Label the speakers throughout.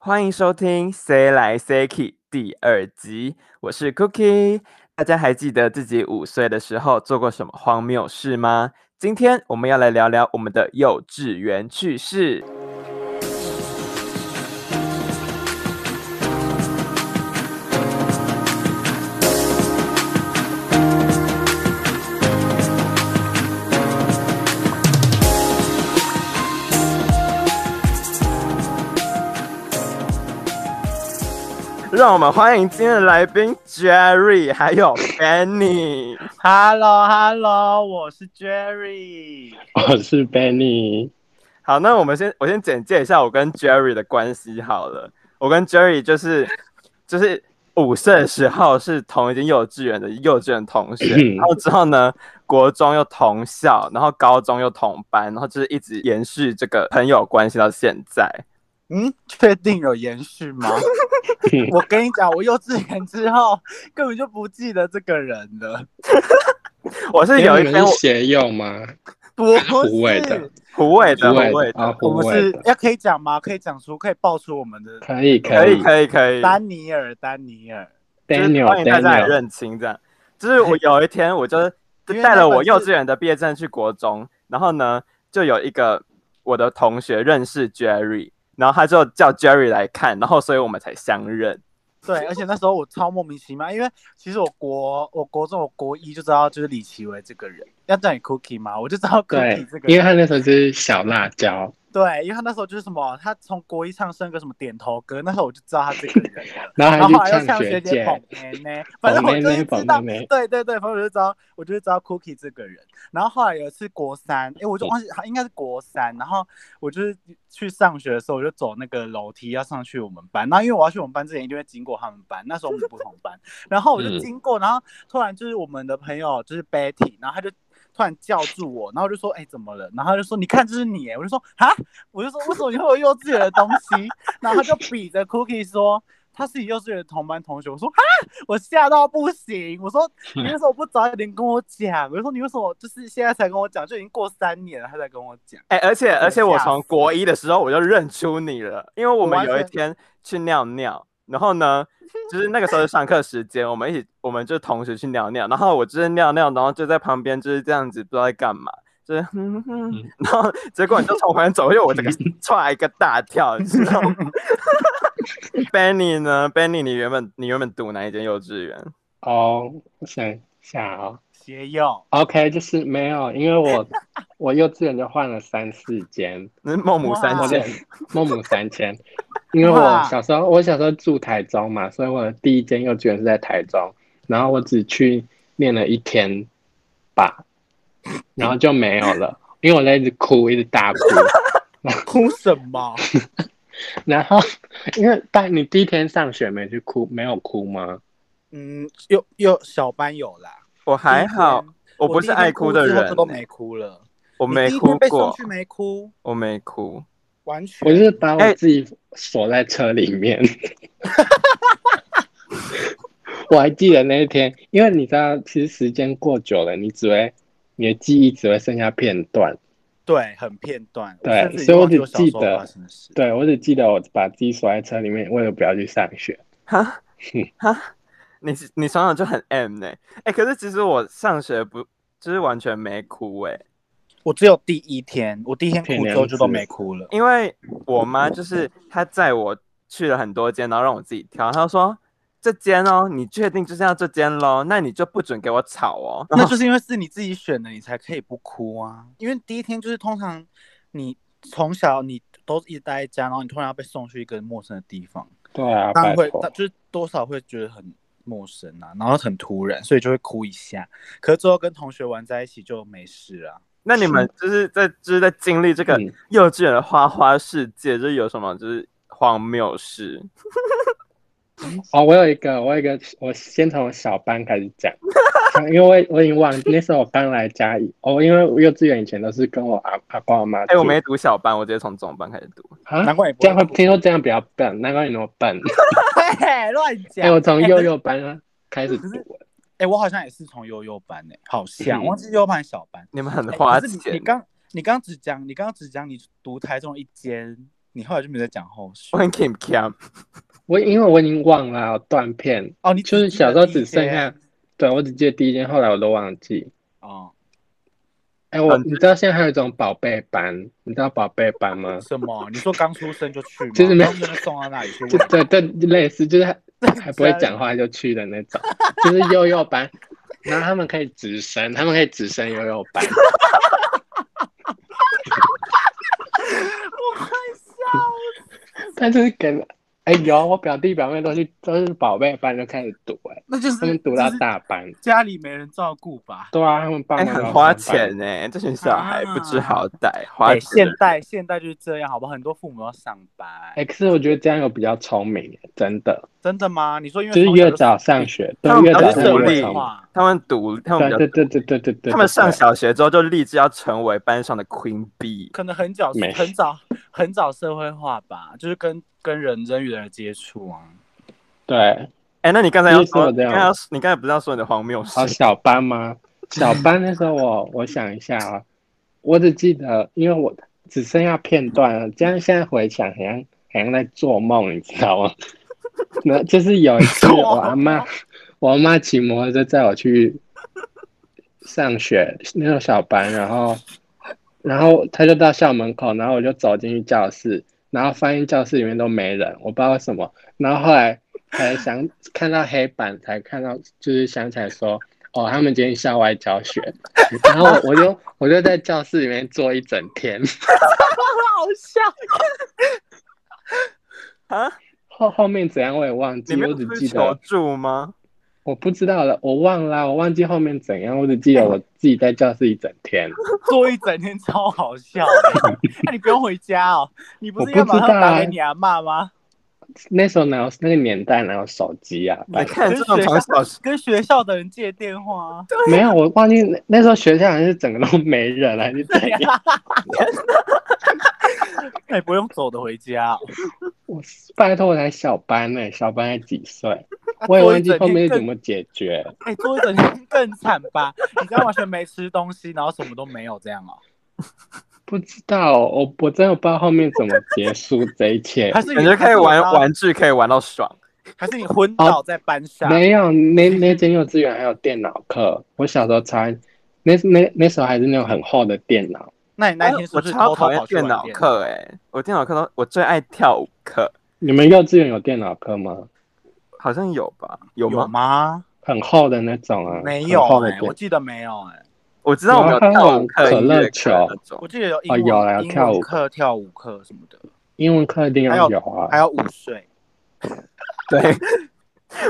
Speaker 1: 欢迎收听《谁来 C K》第二集，我是 Cookie。大家还记得自己五岁的时候做过什么荒谬事吗？今天我们要来聊聊我们的幼稚园趣事。让我们欢迎今天的来宾 Jerry，还有 Benny。
Speaker 2: Hello，Hello，我是 Jerry。
Speaker 3: 我 是 Benny，
Speaker 1: 好，那我们先我先简介一下我跟 Jerry 的关系好了。我跟 Jerry 就是就是五岁的时候是同一间幼稚园的幼稚园同学，
Speaker 3: 嗯
Speaker 1: 然后之后呢，国中又同校，然后高中又同班，然后就是一直延续这个朋友关系到现在。
Speaker 2: 嗯，确定有延续 吗？我跟你讲，我幼稚园之后根本就不记得这个人了，
Speaker 1: 我是有
Speaker 3: 哎你
Speaker 1: 一
Speaker 3: 们
Speaker 1: 天
Speaker 3: 是
Speaker 1: 我
Speaker 3: 协友吗？
Speaker 2: 不
Speaker 3: 胡伟的
Speaker 2: 是。
Speaker 1: 胡伟的
Speaker 3: 胡伟
Speaker 1: 胡伟的
Speaker 3: 啊，
Speaker 2: 我
Speaker 3: 胡
Speaker 2: 们
Speaker 3: 伟
Speaker 2: 是
Speaker 3: 的，
Speaker 2: 要可以讲吗？可以讲出，可以爆出我们的
Speaker 3: 可以
Speaker 1: 可以
Speaker 3: 以
Speaker 1: 可以可以，
Speaker 2: 丹尼尔，丹尼尔。
Speaker 1: 就是欢迎大家来
Speaker 3: Daniel，Daniel，
Speaker 1: 认亲这样。就是 我有一天，我就
Speaker 2: 因为
Speaker 1: 带
Speaker 2: 那
Speaker 1: 了
Speaker 2: 本
Speaker 1: 我幼
Speaker 2: 是
Speaker 1: 稚园的毕业证去国中，然后呢，就有一个我的同学认识 Jerry，然后他就叫 Jerry 来看，然后所以我们才相认。
Speaker 2: 对，而且那时候我超莫名其妙，因为其实我国我国中我国一就知道就是李奇微这个人，要叫你 Cookie 吗？我就知道
Speaker 3: 对
Speaker 2: Cookie 这，个
Speaker 3: 因为
Speaker 2: 人。
Speaker 3: 他那时候就是小辣椒，
Speaker 2: 对，因为他那时候就是什么，他从国一唱升个什么点头 歌，那时候我就知道他这个人了。
Speaker 3: 然
Speaker 2: 然后
Speaker 3: 后
Speaker 2: 后来
Speaker 3: 他
Speaker 2: 又
Speaker 3: 去
Speaker 2: 像
Speaker 3: 学
Speaker 2: 学姐
Speaker 3: 姐，
Speaker 2: 捧妹妹，反正我
Speaker 3: 妹
Speaker 2: 就
Speaker 3: 妹
Speaker 2: 是
Speaker 3: 捧
Speaker 2: 知道，
Speaker 3: 妹妹
Speaker 2: 对对对，反正我就知道，我就知道 Cookie 这个人。然后后来有一次国三，哎，我就忘记，应该是国三。然后我就是去上学的时候，我就走那个楼梯要上去我们班。然后因为我要去我们班之前，一定会经过他们班，那时候我们不同班。然后我就
Speaker 3: 嗯
Speaker 2: 经过，然后突然就是我们的朋友就是 Betty，然后他就。突然叫住我，然后我就说：“哎、怎么了？”然后他就说：“你看，这是你。”我就说：“啊！”我就说：“为什么你会有幼稚园的东西？”然后他就比着 Cookie 说：“他是你幼稚园的同班同学。”我说：“啊！”我吓到不行。我说：“你为什么不早一点跟我讲？”我说：“你为什么就是现在才跟我讲？就已经过三年了，他才跟我讲。
Speaker 1: 哎、而且而且我
Speaker 2: 吓
Speaker 1: 从
Speaker 2: 死
Speaker 1: 国一的时候我就认出你了，因为我
Speaker 2: 我
Speaker 1: 们
Speaker 2: 完
Speaker 1: 有一
Speaker 2: 全
Speaker 1: 天去尿尿，然后呢，就是那个时候是上课时间，我们一起我们就同学去尿尿，然后我就是尿尿，然后就在旁边就是这样子不知道在干嘛，就是哼哼哼
Speaker 3: 嗯，
Speaker 1: 然后结果你就从旁边走过去，我整 个踹一个大跳，你知道吗？Benny 呢？Benny，你原本你原本读哪一间幼稚园？
Speaker 3: 哦，我想一下哦
Speaker 2: 邪用，
Speaker 3: ，OK，就是没有，因为我我幼稚园就换了三四间，
Speaker 1: 那是嗯孟母三
Speaker 2: 哇
Speaker 3: 我的
Speaker 1: 迁，
Speaker 3: 孟母三迁，因为我
Speaker 2: 哇
Speaker 3: 小时候我小时候住台中嘛，所以我的第一间幼稚园是在台中，然后我只去念了一天吧，然后就没有了，因为我在一直哭，一直大哭，
Speaker 2: 哭什么？
Speaker 3: 然后因为但你第一天上学没去哭，没有哭吗？
Speaker 2: 嗯，有有小班有啦，
Speaker 1: 我还好
Speaker 2: 第一，天。
Speaker 1: 我不是爱哭的
Speaker 2: 我第一
Speaker 1: 人
Speaker 2: 天之后就，都没哭了。
Speaker 1: 我
Speaker 2: 我
Speaker 1: 没
Speaker 2: 第一
Speaker 1: 哭
Speaker 2: 天被送
Speaker 1: 过
Speaker 2: 去，没哭，
Speaker 1: 我没哭。
Speaker 2: 完全。
Speaker 3: 我就是把
Speaker 1: 哎
Speaker 3: 我自己锁在车里面。 我还记得那一天，因为你知道，其实时间过久了，你只会你的记忆只会剩下片段。
Speaker 2: 对，很片段。
Speaker 3: 对
Speaker 2: 甚至已
Speaker 3: 所以我
Speaker 2: 忘记
Speaker 3: 只
Speaker 2: 我小时候
Speaker 3: 记得
Speaker 2: 发生的事。
Speaker 3: 对我只记得我把自己锁在车里面，为了不要去上学。
Speaker 1: 哈哈，你是你想想就很 M 呢、哎、可是其实我上学不就是完全没哭哎、
Speaker 2: 我只有第一天，我第一天
Speaker 3: 骗
Speaker 2: 哭之
Speaker 3: 良
Speaker 2: 后就都
Speaker 3: 知
Speaker 2: 没哭 了。
Speaker 1: 因为我妈就是她载我去了很多间，然后让我自己挑，她就说这间哦，你确定就是要这间喽？那你就不准给我吵哦。
Speaker 2: 那就是因为是你自己选的，你才可以不哭啊。因为第一天就是通常你从小你都一直待在家，然后你突然要被送去一个陌生的地方，
Speaker 3: 对啊，
Speaker 2: 当然
Speaker 3: 拜
Speaker 2: 会，
Speaker 3: 托
Speaker 2: 那。就是多少会觉得很陌生啊，然后很突然，所以就会哭一下。可是最后跟同学玩在一起就没事啊。
Speaker 1: 那你们就是在就是在经历这个
Speaker 3: 嗯
Speaker 1: 幼稚园的花花世界，就是有什么就是荒谬事？
Speaker 3: 哦，我有一个，我有一个，我先从小班开始讲，因为我我已经忘了那时候我搬来家里，哦，因为我幼稚园以前都是跟我阿阿公阿妈住。
Speaker 1: 哎、我没读小班，我直接从中班开始读。
Speaker 3: 啊，
Speaker 2: 难怪你不
Speaker 3: 这样
Speaker 2: 会
Speaker 3: 会
Speaker 2: 哭，
Speaker 3: 听说这样比较笨，难怪你那么笨。
Speaker 2: 嘿乱
Speaker 3: 哎、
Speaker 2: 讲。
Speaker 3: 我从幼
Speaker 2: 哎
Speaker 3: 幼班开始读了，
Speaker 2: 哎、我好像也是从悠悠班诶、好像
Speaker 3: 嗯
Speaker 2: 忘记悠悠班还是小班。
Speaker 1: 你们很
Speaker 2: 欸
Speaker 1: 花
Speaker 2: 可是你
Speaker 1: 钱
Speaker 2: 你，刚你刚只讲你刚刚只讲你读台中一间，你后来就没有再讲后续
Speaker 1: 我很 Kim Kim，
Speaker 3: 我因为我已经忘了断片，
Speaker 2: 哦。你
Speaker 3: 就是小时候只剩下，对我只记得第一间，后来我都忘记。
Speaker 2: 啊、
Speaker 3: 哎，我
Speaker 1: 嗯
Speaker 3: 你知道现在还有一种宝贝班，你知道宝贝班吗
Speaker 2: 哦、？什么？你说刚出生就去吗？
Speaker 3: 就是没有
Speaker 2: 刚出生就送到那里去
Speaker 3: 就
Speaker 2: 喂
Speaker 3: 对对，类似就是还还不会讲话就 去的那种，就是幼幼班，然后他们可以直升，他们可以直升幼幼班，但就是给，哎有我表弟表妹都去都是宝贝班就开始读、哎，
Speaker 2: 那就是
Speaker 3: 他们读到
Speaker 2: 就是
Speaker 3: 大班，
Speaker 2: 家里没人照顾吧？
Speaker 3: 对啊，他们爸
Speaker 1: 哎、
Speaker 3: 妈都
Speaker 1: 很花
Speaker 3: 上班
Speaker 1: 钱，呢、这群小孩不
Speaker 3: 啊
Speaker 1: 知好歹，花
Speaker 2: 哎，
Speaker 1: 钱
Speaker 2: 现。代现代就是这样，好不好？很多父母要上班，
Speaker 3: 哎、可是我觉得这样有比较聪明，真的，
Speaker 2: 真的吗？你说因为
Speaker 3: 就是
Speaker 2: 从小
Speaker 3: 越早上学，对
Speaker 1: 他，们
Speaker 3: 越
Speaker 1: 比
Speaker 3: 早
Speaker 1: 较
Speaker 3: 上
Speaker 2: 社
Speaker 1: 独
Speaker 3: 越
Speaker 1: 立
Speaker 2: 会
Speaker 3: 聪明，
Speaker 2: 化，
Speaker 1: 他们独，他们比
Speaker 3: 对
Speaker 1: 较
Speaker 3: 对对对对对对，
Speaker 1: 他们上
Speaker 3: 对
Speaker 1: 小学之后就立志要成为班上的 Queen Bee。
Speaker 2: 可能很早
Speaker 3: 没
Speaker 2: 很早很早社会化吧，就是跟跟人人与人的接触啊。
Speaker 3: 对。
Speaker 1: 哎、那你刚才要
Speaker 3: 就是
Speaker 1: 说，
Speaker 3: 我
Speaker 1: 你
Speaker 3: 这样
Speaker 1: 刚才要你刚才不是要说你的荒谬事
Speaker 3: 哦，？小班 吗？小班那时候我我想一下啊，我只记得，因为我只剩下片段了，这样现在回想，好像好像在做梦，你知道吗？ 那就是有一次
Speaker 2: 做梦
Speaker 3: 我阿妈，我阿妈骑摩托车载我去上学那种小班，然后然后她就到校门口，然后我就走进去教室，然后发现教室里面都没人，我不知道为什么，然后后来才想看到黑板，才看到就是想起来说，哦，他们今天校外教学， 然后我我就我就在教室里面坐一整天，
Speaker 2: 好笑，
Speaker 1: 啊，
Speaker 3: 后后面怎样我也忘
Speaker 1: 你
Speaker 3: 记，
Speaker 1: 没
Speaker 3: 我
Speaker 1: 有
Speaker 3: 只
Speaker 1: 出去
Speaker 3: 记
Speaker 1: 求
Speaker 3: 得
Speaker 1: 助吗？
Speaker 3: 我不知道了，我忘了，我忘记后面怎样，我只记
Speaker 2: 哦
Speaker 3: 得我自己在教室一整天，
Speaker 2: 坐一整天超好笑的。 那你不用回家哦，你不是要马上打给
Speaker 3: 啊
Speaker 2: 你阿妈吗？
Speaker 3: 那时候哪有那个年代哪有手机啊？
Speaker 1: 你看
Speaker 2: 跟
Speaker 1: 这种
Speaker 2: 学
Speaker 1: 从
Speaker 2: 校
Speaker 1: 小
Speaker 2: 跟学校的人借电话啊。
Speaker 3: 没有，我忘记那那时候学校好像是整个都没人还是 怎样？
Speaker 2: 那哎你不用走的回家哦，
Speaker 3: 我拜托我才小班呢、小班才几岁，
Speaker 2: 啊
Speaker 3: 我也
Speaker 2: 坐一
Speaker 3: 忘记
Speaker 2: 整
Speaker 3: 后面
Speaker 2: 天
Speaker 3: 是怎
Speaker 2: 更
Speaker 3: 么解决。
Speaker 2: 哎，坐一整天更惨吧？你这样完全没吃东西，然后什么都没有这样哦。
Speaker 3: 不知道，我我真的不知道后面怎么结束这一切
Speaker 2: 还。是你
Speaker 1: 感觉可以玩，
Speaker 2: 还是你
Speaker 1: 玩具，可以玩到爽。
Speaker 2: 还是你昏倒在班上？
Speaker 3: 没有，那那间幼稚园还有电脑课，我小时候超爱那那那时候还是那种很厚的电脑，
Speaker 2: 那你
Speaker 3: 哎
Speaker 2: 那天
Speaker 1: 哎
Speaker 2: 是
Speaker 1: 我
Speaker 2: 不是
Speaker 1: 超
Speaker 2: 偷偷
Speaker 1: 讨厌
Speaker 2: 跑去玩
Speaker 1: 电脑？课哎、我电脑课都我最爱跳舞课，
Speaker 3: 你们幼稚园有电脑课吗？
Speaker 1: 好像有吧？有
Speaker 2: 有
Speaker 1: 吗？
Speaker 2: 吗？
Speaker 3: 很厚的那种啊，
Speaker 2: 没有
Speaker 3: 很厚的
Speaker 2: 哎、
Speaker 3: 电
Speaker 2: 我记得没有哎、
Speaker 1: 我知道我们有
Speaker 3: 然后
Speaker 1: 跳
Speaker 3: 还有啊
Speaker 1: 舞课、
Speaker 3: 可
Speaker 1: 音乐
Speaker 3: 乐
Speaker 1: 课
Speaker 3: 球
Speaker 1: 那种
Speaker 2: 我。记得有英
Speaker 3: 哦
Speaker 2: 文、
Speaker 3: 有啦有
Speaker 2: 英
Speaker 3: 跳舞
Speaker 2: 文课、跳舞课什么的，
Speaker 3: 英文课一定
Speaker 2: 还有
Speaker 3: 要有啊。
Speaker 2: 还有午睡。
Speaker 1: 对，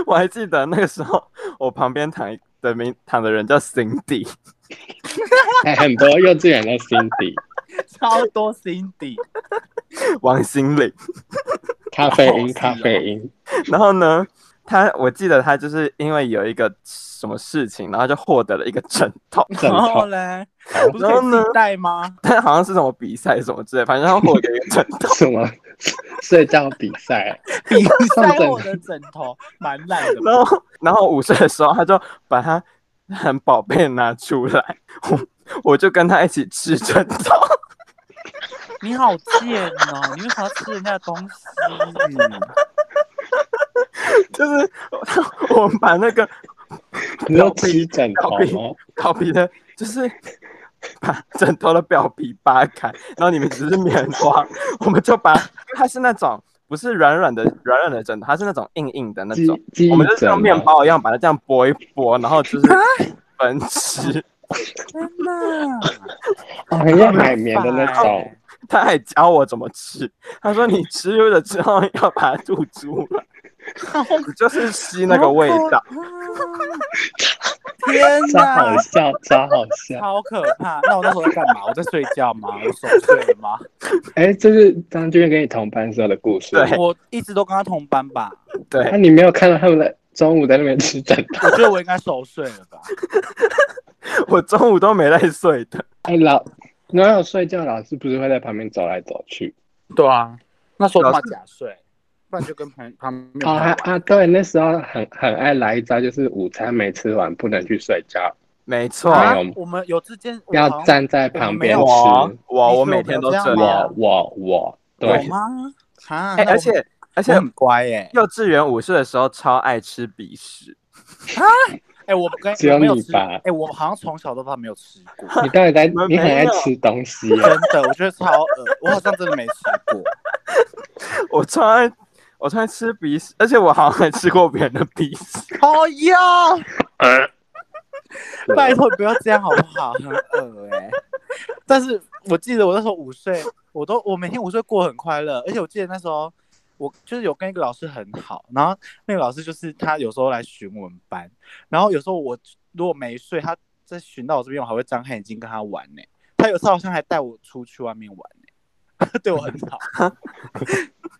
Speaker 1: 我还记得那个时候，我旁边躺一的名躺的人叫 Cindy，
Speaker 3: 哎，很多幼稚园的 Cindy
Speaker 2: 超多 Cindy，
Speaker 1: 王心凌。
Speaker 3: 咖啡
Speaker 2: 哦是
Speaker 3: 因，
Speaker 2: 哦
Speaker 3: 咖啡因，
Speaker 1: 然后呢，他我记得他就是因为有一个什么事情，然后就获得了一个枕头，
Speaker 3: 枕
Speaker 2: 然后
Speaker 3: 头
Speaker 2: 嘞，
Speaker 3: 好。
Speaker 2: 哦不是可以自己带吗？
Speaker 1: 但好像是什么比赛什么之类，反正他获得一个枕头
Speaker 3: 什么 睡觉比赛，
Speaker 2: 比
Speaker 3: 上
Speaker 2: 赛哦
Speaker 3: 枕
Speaker 2: 我的枕头蛮烂的吧，
Speaker 1: 然后然后午睡的时候，他就把他很宝贝地拿出来，我我就跟他一起吃枕头。
Speaker 2: 你好贱哦！你为啥要吃人家的东西？
Speaker 3: 嗯
Speaker 1: 就是 我们把那个
Speaker 3: 你要吃枕头
Speaker 1: 表皮
Speaker 3: 哦，
Speaker 1: 表皮的，就是 把枕头的表皮扒开，然后里面只是棉花，我们就把它是那种不是软软的软软的枕头，它是那种硬硬的那
Speaker 3: 鸡
Speaker 1: 种，
Speaker 3: 鸡
Speaker 1: 我们就像
Speaker 3: 枕
Speaker 1: 面
Speaker 3: 吗
Speaker 1: 包一样把它这样剥一剥，然后就是分吃。
Speaker 2: 天哪，
Speaker 3: 哦，很像海 绵的那种。
Speaker 1: 他还教我怎么吃，他说你吃了之后要把它吐出来， 你就是吸那个味道。
Speaker 2: 天
Speaker 3: 超
Speaker 1: 啊
Speaker 2: 哪
Speaker 3: 好，笑，超好笑！
Speaker 2: 超可怕！啊 那我那时候在干嘛？我在睡觉吗？我熟睡了吗？
Speaker 3: 哎、这是张俊跟你同班时候的故事。
Speaker 1: 对
Speaker 2: 我一直都跟他同班吧，
Speaker 3: 那、
Speaker 1: 对，
Speaker 3: 你没有看到他们在中午在那边吃枕头？
Speaker 2: 我觉得我应该熟睡了吧？
Speaker 1: 我中午都没在睡的。
Speaker 3: 哎、老哪有睡觉？老师不是会在旁边走来走去？
Speaker 2: 对啊，那时候
Speaker 1: 老
Speaker 2: 他
Speaker 1: 师
Speaker 2: 妈假睡，不然就跟朋旁边
Speaker 3: 哦，啊
Speaker 2: 朋友玩。
Speaker 3: 啊，对，那时候很很爱来一招，就是午餐没吃完不能去睡觉，
Speaker 1: 没错，
Speaker 3: 啊
Speaker 2: 啊我们有之间
Speaker 1: 嗯
Speaker 3: 要，站在旁边
Speaker 2: 我
Speaker 1: 我
Speaker 3: 吃。哦
Speaker 1: 我
Speaker 2: 你
Speaker 1: 我
Speaker 2: 是
Speaker 1: 每
Speaker 2: 有
Speaker 1: 天
Speaker 2: 没
Speaker 1: 都
Speaker 2: 有这
Speaker 1: 这
Speaker 2: 样吗
Speaker 1: 样。
Speaker 3: 我我我，
Speaker 2: 有
Speaker 3: 对，
Speaker 2: 吗？啊，
Speaker 1: 哎、
Speaker 2: 那我
Speaker 1: 而且而且
Speaker 2: 我很乖耶。
Speaker 1: 幼稚园午睡的时候超爱吃鼻屎，
Speaker 2: 哎，我跟
Speaker 3: 只有
Speaker 2: 我没有
Speaker 3: 你
Speaker 2: 吃
Speaker 3: 吧
Speaker 2: 哎，我好像从小到大没有吃过，
Speaker 3: 你到底在？
Speaker 1: 们
Speaker 3: 你很
Speaker 1: 没
Speaker 3: 爱
Speaker 1: 有
Speaker 3: 吃东西耶，
Speaker 2: 真的，我觉得超恶，我好像真的没吃 过。
Speaker 1: 我超爱我超爱吃鼻屎，而且我好像还吃过别人的鼻屎。
Speaker 2: 讨厌，
Speaker 3: 对
Speaker 2: 拜托不要这样好不好？很恶哎、 但是我记得我那时候午睡，我都我每天午睡过得很快乐，而且我记得那时候我就是有跟一个老师很好，然后那个老师就是他有时候来巡我们班，然后有时候我如果没睡，他在巡到我这边，我还会张开眼睛跟他玩呢、他有时候好像还带我出去外面玩呢、 对我很好。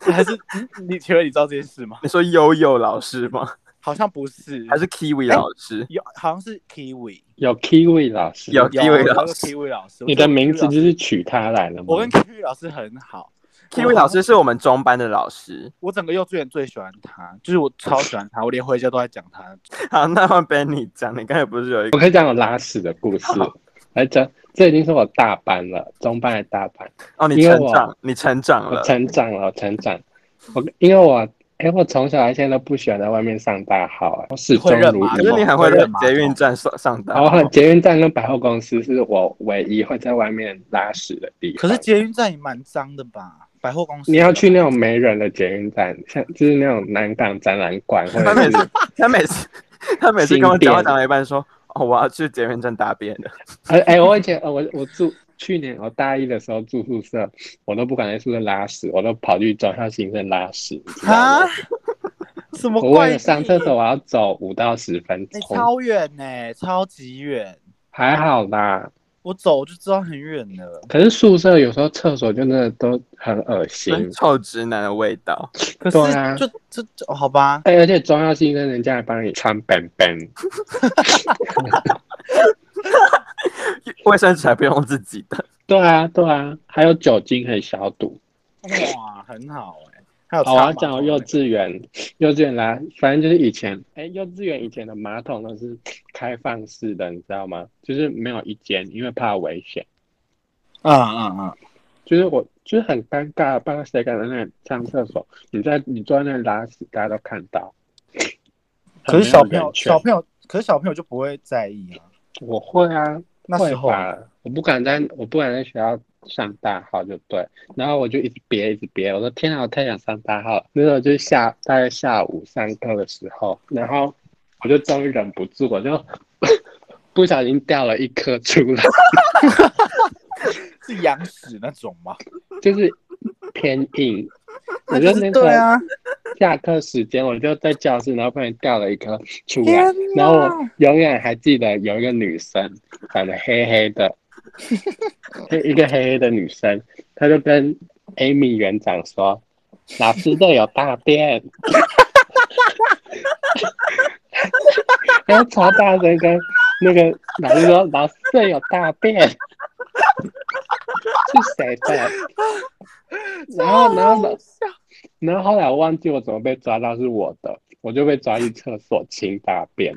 Speaker 2: 还是你你请问你知道这件事吗？
Speaker 1: 你说悠悠老师吗？
Speaker 2: 好像不是，
Speaker 3: 嗯
Speaker 1: 还是
Speaker 3: 哎
Speaker 1: Kiwi 老师？
Speaker 2: 有好像是 Kiwi。
Speaker 3: 有 Kiwi 老师，
Speaker 1: 有
Speaker 2: 有啊
Speaker 1: Kiwi
Speaker 2: 有
Speaker 1: 老
Speaker 2: 个
Speaker 1: 师
Speaker 2: Kiwi 老师，
Speaker 3: 你的名字就是取他来了吗？
Speaker 2: 我跟 Kiwi 老师很好，
Speaker 1: Kiwi 老师是我们中班的老师。
Speaker 2: 我整个幼稚园最喜欢他，就是我超喜欢他，我连回家都在讲他。
Speaker 1: 好，那换 Benny 讲，你刚才不是有一
Speaker 3: 我
Speaker 1: 个
Speaker 3: 可以讲我拉屎的故事。 来讲，这已经是我大班了，中班的大班，
Speaker 1: 哦？你
Speaker 3: 因为
Speaker 1: 成
Speaker 3: 我
Speaker 1: 长，你成长
Speaker 3: 我
Speaker 1: 了。
Speaker 3: 成长了，我成长。我因为我，哎、我从小到现在都不喜欢在外面上大号、我始终
Speaker 2: 会认
Speaker 3: 如
Speaker 2: 吗
Speaker 1: 可是
Speaker 3: 一
Speaker 1: 你。还会
Speaker 2: 我
Speaker 1: 在
Speaker 2: 认马
Speaker 1: 捷运
Speaker 2: 桶
Speaker 1: 站上上
Speaker 3: 然后
Speaker 1: 当？
Speaker 3: 捷运站跟百货公司是我唯一会在外面拉屎的地
Speaker 2: 可
Speaker 3: 方。
Speaker 2: 是捷运站也蛮脏的吧？百货公司
Speaker 3: 你要去那种没人的捷运站，像就是那种南港展览馆，或
Speaker 1: 他
Speaker 3: 者
Speaker 1: 每
Speaker 3: 是
Speaker 1: 次，他每次，他每次跟我讲话讲
Speaker 3: 新店
Speaker 1: 到一半说：“哦，我要去捷运站大便了。
Speaker 3: 哎、哎，我以前呃我我住去年我大一的时候住宿舍，我都不敢在宿舍拉屎，我都跑去转校行政拉屎，你知道吗
Speaker 2: 啊？什么
Speaker 3: 我为
Speaker 2: 怪
Speaker 3: 了上
Speaker 2: 地
Speaker 3: 厕所，我要走五到十分
Speaker 2: 哎
Speaker 3: 钟，
Speaker 2: 超远呢、超级远，
Speaker 3: 还好啦。
Speaker 2: 我走就知道很远了。
Speaker 3: 可是宿舍有时候厕所真的都很恶”心，
Speaker 1: 真臭直男的味道。
Speaker 2: 可
Speaker 3: 对啊
Speaker 2: 是就就就哦好吧，
Speaker 3: 哎、而且中药新生人家还帮你穿本本，
Speaker 1: 卫生纸还不用自己的，
Speaker 3: 对啊对啊，还有酒精可以消毒。
Speaker 2: 哇，很好哎、还有
Speaker 3: 好，我
Speaker 2: 擦欸
Speaker 3: 要
Speaker 2: 马
Speaker 3: 讲我
Speaker 2: 桶
Speaker 3: 幼
Speaker 2: 那个
Speaker 3: 稚园，幼稚园啦，反正就是以前，哎、幼稚园以前的马桶都是开放式的，你知道吗？就是没有一间，因为怕危险。
Speaker 2: 嗯嗯嗯，
Speaker 3: 就是我就是很尴尬，不知道谁敢在那里上厕所，你在你坐在那里拉屎，大家都看到。
Speaker 2: 可是小
Speaker 3: 很没
Speaker 2: 朋
Speaker 3: 有
Speaker 2: 友
Speaker 3: 人权
Speaker 2: 小朋友，可是小朋友就不会在意啊。
Speaker 3: 我会啊，
Speaker 2: 那
Speaker 3: 会
Speaker 2: 时候
Speaker 3: 吧，我不敢在，我不敢在学校上大号，就对。然后我就一直憋，一直憋。我说天啊，我太想上大号了。那时候就是下大概下午上课的时候，然后我就终于忍不住，我就 不小心掉了一颗出来，
Speaker 2: 是羊屎那种 吗？
Speaker 3: 就是偏硬。 我就
Speaker 2: 就
Speaker 3: 那
Speaker 2: 是
Speaker 3: 个
Speaker 2: 对啊，
Speaker 3: 下课时间，我就在教室，然后突然掉了一颗出来
Speaker 2: 天，哪
Speaker 3: 然后我永远还记得有一个女生，长得黑黑 的，一个黑黑的女生，她就跟 Amy 园长说：“老师这有大便。” 然后超大声跟那个老师说：“老师这有大便。” 是谁的？然后，然后老然后后来我忘记我怎么被抓到是我的，我就被抓去厕所清大便，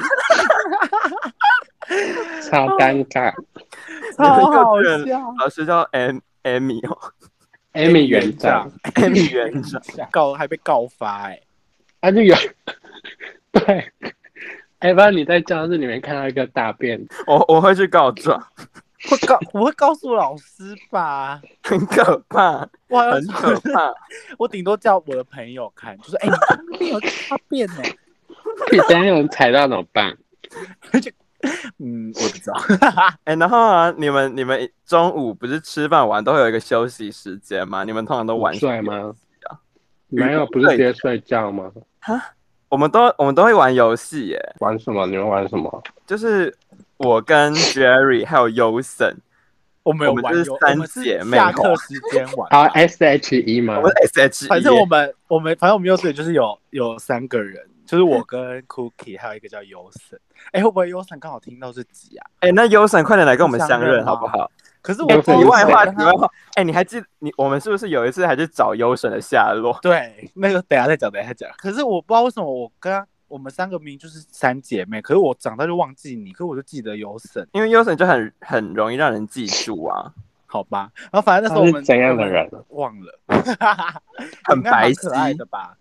Speaker 3: 超尴尬。
Speaker 2: 哦超好
Speaker 1: 幼稚园
Speaker 2: 笑，
Speaker 1: 老师叫 M Amy 哦
Speaker 3: Amy 园长，
Speaker 1: ，Amy 园长。
Speaker 2: 告还被告发哎、
Speaker 3: 他就有对，哎，不然你在教室里面看到一个大便，
Speaker 1: 我我会去告状，
Speaker 2: 会告我会告诉老师吧。
Speaker 1: 很可怕，
Speaker 2: 我好
Speaker 1: 很 可
Speaker 2: 像
Speaker 1: 怕。
Speaker 2: 我顶多叫我的朋友看，就是哎，你旁边有大便呢、
Speaker 3: 被别人有踩到怎么 办？
Speaker 2: 嗯，我不知道。
Speaker 1: 哎、然后啊，你们你们中午不是吃饭完都会有一个休息时间吗？你们通常都晚
Speaker 3: 睡吗？
Speaker 2: 啊
Speaker 3: 没有，不是直接睡觉吗？
Speaker 1: 我们都我们都会玩游戏耶，
Speaker 3: 玩什么？你们玩什么？
Speaker 1: 就是我跟 Jerry 还有 Uson，
Speaker 2: 我们有
Speaker 1: 我们
Speaker 2: 玩
Speaker 1: 是
Speaker 2: 游，
Speaker 1: 三
Speaker 2: 我们是
Speaker 1: 姐妹哦
Speaker 2: 下课时间玩吧。
Speaker 3: 啊，S H E 吗
Speaker 1: 我？们 SHE，
Speaker 2: 反正我们我们反正我们幼稚园就是有有三个人，就是我跟 Cookie，还有一个叫优森。哎，会不会优森刚好听到这集啊？
Speaker 1: 哎、那 Uson 快点来跟我们相
Speaker 2: 相认
Speaker 1: 认
Speaker 2: 吗
Speaker 1: 好不好？
Speaker 2: 可是我
Speaker 3: 哎
Speaker 2: 不知道
Speaker 1: 题外话，
Speaker 2: 为什
Speaker 1: 题
Speaker 2: 么
Speaker 1: 外话，哎、你还记你我们是不是有一次还去找 Uson 的下落？
Speaker 2: 对，那个等一下再讲，等一下讲。可是我不知道为什么我跟她我们三个名就是三姐妹，可是我长大就忘记你，可是我就记得有沈。
Speaker 1: 因为 Uson 就很很容易让人记住啊。
Speaker 2: 好吧。然后反正那时候
Speaker 3: 他
Speaker 2: 我
Speaker 3: 是
Speaker 2: 们
Speaker 3: 怎样的人？啊
Speaker 2: 忘 了，
Speaker 1: 很
Speaker 2: 应该蛮
Speaker 1: 白
Speaker 2: 可爱
Speaker 1: 皙
Speaker 2: 的吧？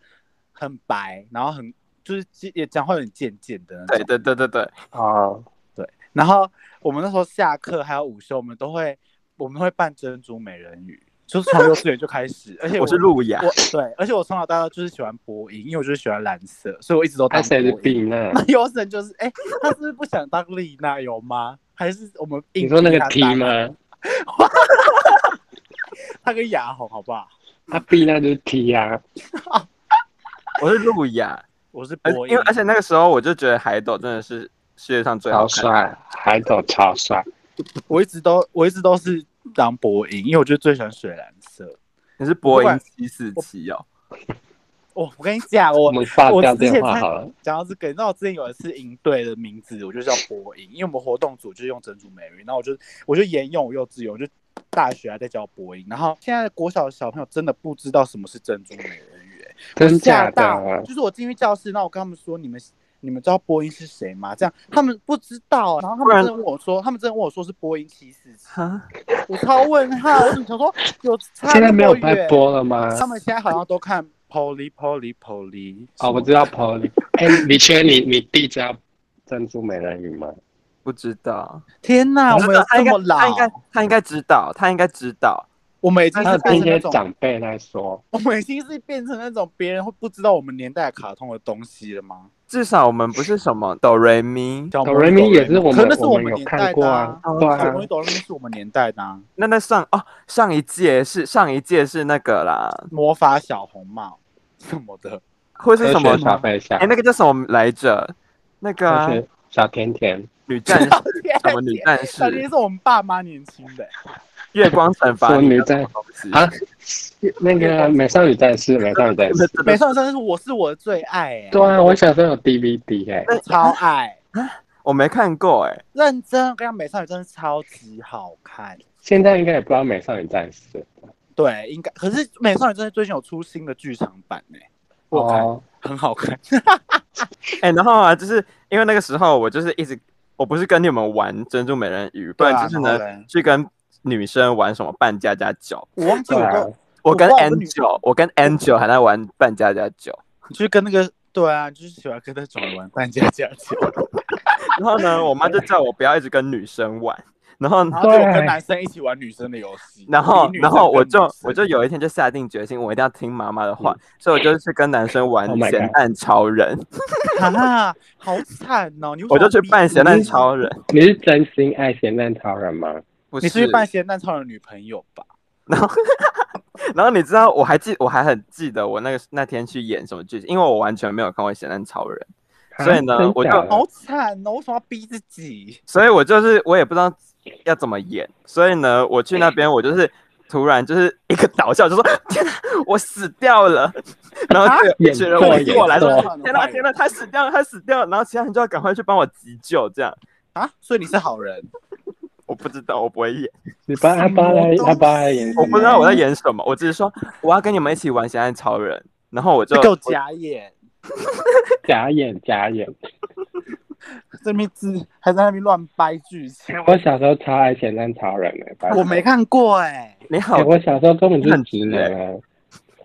Speaker 2: 很白，然后很就是也讲话有点贱贱的那种
Speaker 1: 对。对对对对，
Speaker 3: 哦，
Speaker 2: 然后我们那时候下课还有午休，我们都会我们会扮珍珠美人鱼，就是从幼稚园就开始，而 且
Speaker 1: 我是路雅，
Speaker 2: 我对，而且我从小到大就是喜欢播音，因为我就是喜欢蓝色，所以我一直都
Speaker 3: 他
Speaker 2: 当
Speaker 3: 谁是
Speaker 2: 播音。
Speaker 3: 避难？
Speaker 2: 那优神就是哎、他是不是不想当丽娜有吗？还是我们硬
Speaker 3: 你说那个 T
Speaker 2: 逼他当？
Speaker 3: 吗？
Speaker 2: 他跟雅红好不好？
Speaker 3: 他避难就是 T 啊，
Speaker 1: 我是路雅，
Speaker 2: 我是
Speaker 1: 而
Speaker 2: 播音，
Speaker 1: 因为而且那个时候我就觉得海斗真的是世界上最好
Speaker 3: 超
Speaker 1: 看的。
Speaker 3: 帅，海斗超帅。
Speaker 2: 我一直都我一直都是当播音，因为我就最喜欢水蓝色。
Speaker 1: 你是波
Speaker 2: 不管
Speaker 1: 音七四七哦，
Speaker 2: 哦我我跟你讲，我
Speaker 3: 我们挂
Speaker 2: 我
Speaker 3: 掉
Speaker 2: 之前
Speaker 3: 电话
Speaker 2: 才
Speaker 3: 好了。
Speaker 2: 讲到这个，你知道我之前有一次营队的名字，我就叫播音，因为我们活动组就是用珍珠美人鱼，然后我就我就沿用我幼稚园，我就大学还啊在教播音，然后现在的国小的小朋友真的不知道什么是珍珠美人鱼、欸
Speaker 3: 真
Speaker 2: 吓
Speaker 3: 假
Speaker 2: 到，
Speaker 3: 的？
Speaker 2: 就是我进去教室，那我跟他们说，你们你们知道播音是谁吗？这样他们不知道，啊然后他
Speaker 1: 不
Speaker 2: 们
Speaker 1: 然
Speaker 2: 真的问我说，他们真的问我说是播音七四七，
Speaker 1: 哈，
Speaker 2: 我超问号，我想说有差
Speaker 3: 现在没有
Speaker 2: 那么
Speaker 3: 在
Speaker 2: 远
Speaker 3: 播啊了吗？
Speaker 2: 他们现在好像都看 Polly Polly Polly
Speaker 3: 哦，我知道 Polly。哎，米圈，你你弟知道珍珠美人鱼吗？
Speaker 1: 不知道，
Speaker 2: 天哪，我
Speaker 1: 不
Speaker 2: 们
Speaker 1: 知道
Speaker 2: 有
Speaker 1: 他
Speaker 2: 这
Speaker 1: 应该
Speaker 2: 么
Speaker 1: 他应
Speaker 2: 老
Speaker 1: 该，他应该知道，他应该知道，
Speaker 2: 我们已经
Speaker 3: 他
Speaker 2: 是
Speaker 3: 有听一
Speaker 2: 变成那
Speaker 3: 些
Speaker 2: 种，哦
Speaker 3: 长辈在说，
Speaker 2: 我们已经是变成那种别人会不知道我们年代的卡通的东西了吗？
Speaker 1: 至少我们不是什么哆瑞咪，
Speaker 2: 小
Speaker 3: 哆
Speaker 2: 魔
Speaker 3: 瑞
Speaker 2: 女
Speaker 3: 咪哦也是我
Speaker 2: 可
Speaker 3: 们
Speaker 2: 那是
Speaker 3: 我
Speaker 2: 我
Speaker 3: 们有
Speaker 2: 年
Speaker 3: 看
Speaker 2: 代
Speaker 3: 过
Speaker 2: 的
Speaker 3: 啊
Speaker 2: 啊，，
Speaker 1: 哦
Speaker 3: 对
Speaker 2: 小
Speaker 3: 啊
Speaker 2: 魔。女哆瑞咪是我们年代的啊，
Speaker 1: 那那上哦上一届是上一届是那个啦，
Speaker 2: 魔法小 红帽什么的，
Speaker 1: 或是
Speaker 3: 科
Speaker 1: 什么
Speaker 3: 学小飞侠
Speaker 1: 哎、，那个叫什么来着？那个啊、
Speaker 3: 科学小甜甜，
Speaker 1: 女战士， 什么女
Speaker 2: 天
Speaker 1: 战
Speaker 2: 感觉
Speaker 1: 士，
Speaker 2: 是我们爸妈年轻的欸，
Speaker 1: 月光惩罚
Speaker 3: 说
Speaker 1: 你
Speaker 3: 女
Speaker 1: 的
Speaker 3: 战
Speaker 1: 东西
Speaker 3: 啊，那个美少女战士，美少女战
Speaker 1: 对
Speaker 3: 士。
Speaker 1: 对
Speaker 2: 美
Speaker 1: 对，
Speaker 2: 少女战士我是我的最爱哎，
Speaker 3: 对啊，我小时候有 DVD 哎、
Speaker 2: 我超爱，
Speaker 1: 我没看过哎、
Speaker 2: 认真，我跟你讲美少女战士超级好看。
Speaker 3: 现在应该也不知道美少女战士。
Speaker 2: 对，应该。可是《美少女战士》最近有出新的剧场版呢、我有看、
Speaker 3: 哦，
Speaker 2: 很好看。
Speaker 1: 哎、然后啊，就是因为那个时候我就是一直，我不是跟你们玩珍珠美人鱼，不
Speaker 2: 对啊
Speaker 1: 然就是呢、
Speaker 2: 然后嘞
Speaker 1: 去跟女生玩什么扮家家酒。
Speaker 2: 我忘记
Speaker 3: 对
Speaker 2: 我
Speaker 3: 啊
Speaker 2: 跟、，
Speaker 1: 我
Speaker 2: 我
Speaker 1: 跟
Speaker 2: 不知道我跟女
Speaker 1: Angel，我跟 Angel 还在玩扮家家酒。
Speaker 2: 就是跟那个对啊，就是喜欢跟那种人玩扮家家酒，
Speaker 1: 然后呢，我妈就叫我不要一直跟女生玩。然后，
Speaker 2: 然后就
Speaker 3: 对
Speaker 2: 跟男生一起玩女生的游戏，
Speaker 1: 然后
Speaker 2: 啊比，女生
Speaker 1: 然后我
Speaker 2: 更
Speaker 1: 就
Speaker 2: 女生嗯
Speaker 1: 我就有一天就下定决心，我一定要听妈妈的话，所以我就去跟男生玩
Speaker 3: Oh my
Speaker 1: 咸
Speaker 3: God
Speaker 1: 蛋超人，
Speaker 2: 啊，好惨哦！你为什么
Speaker 1: 我就去
Speaker 2: 逼
Speaker 1: 扮咸蛋
Speaker 2: 你
Speaker 1: 超人。
Speaker 3: 你是真心爱咸蛋超人吗？
Speaker 1: 不
Speaker 2: 你是去扮咸蛋超人女朋友吧？
Speaker 3: 呃
Speaker 1: 然后你知道，我还记，我还很记得我那个那天去演什么剧情，因为我完全没有看过《咸蛋超人》，所以呢
Speaker 3: 啊真
Speaker 1: 我就
Speaker 3: 假的
Speaker 2: 好惨哦！为什么要逼自己？
Speaker 1: 所以我就是我也不知道要怎么演，所以呢，我去那边我就是突然就是一个倒下，我就说天哪，我死掉了，然后
Speaker 2: 啊
Speaker 1: 就有一群人围过来
Speaker 3: 演
Speaker 1: 说
Speaker 3: 错
Speaker 1: 天哪天哪，他死掉了，他死掉了，然后其他人就要赶快去帮我急救，这样
Speaker 2: 啊！所以你是好 人，
Speaker 1: 我不知道，我不会演，
Speaker 3: 你帮阿巴来
Speaker 2: 什么东西
Speaker 3: 阿巴来演什么，
Speaker 1: 我不知道我在演什么，我只是说我要跟你们一起玩《咸蛋超人》，然后我就
Speaker 2: 这够假眼，
Speaker 3: 假演假演。
Speaker 2: 这边自还在那边乱掰剧情，
Speaker 3: 我小时候超爱咸蛋超人的、拜托
Speaker 2: 我没看过哎、
Speaker 1: 你好
Speaker 3: 哎，我小时候根本就是直男啊！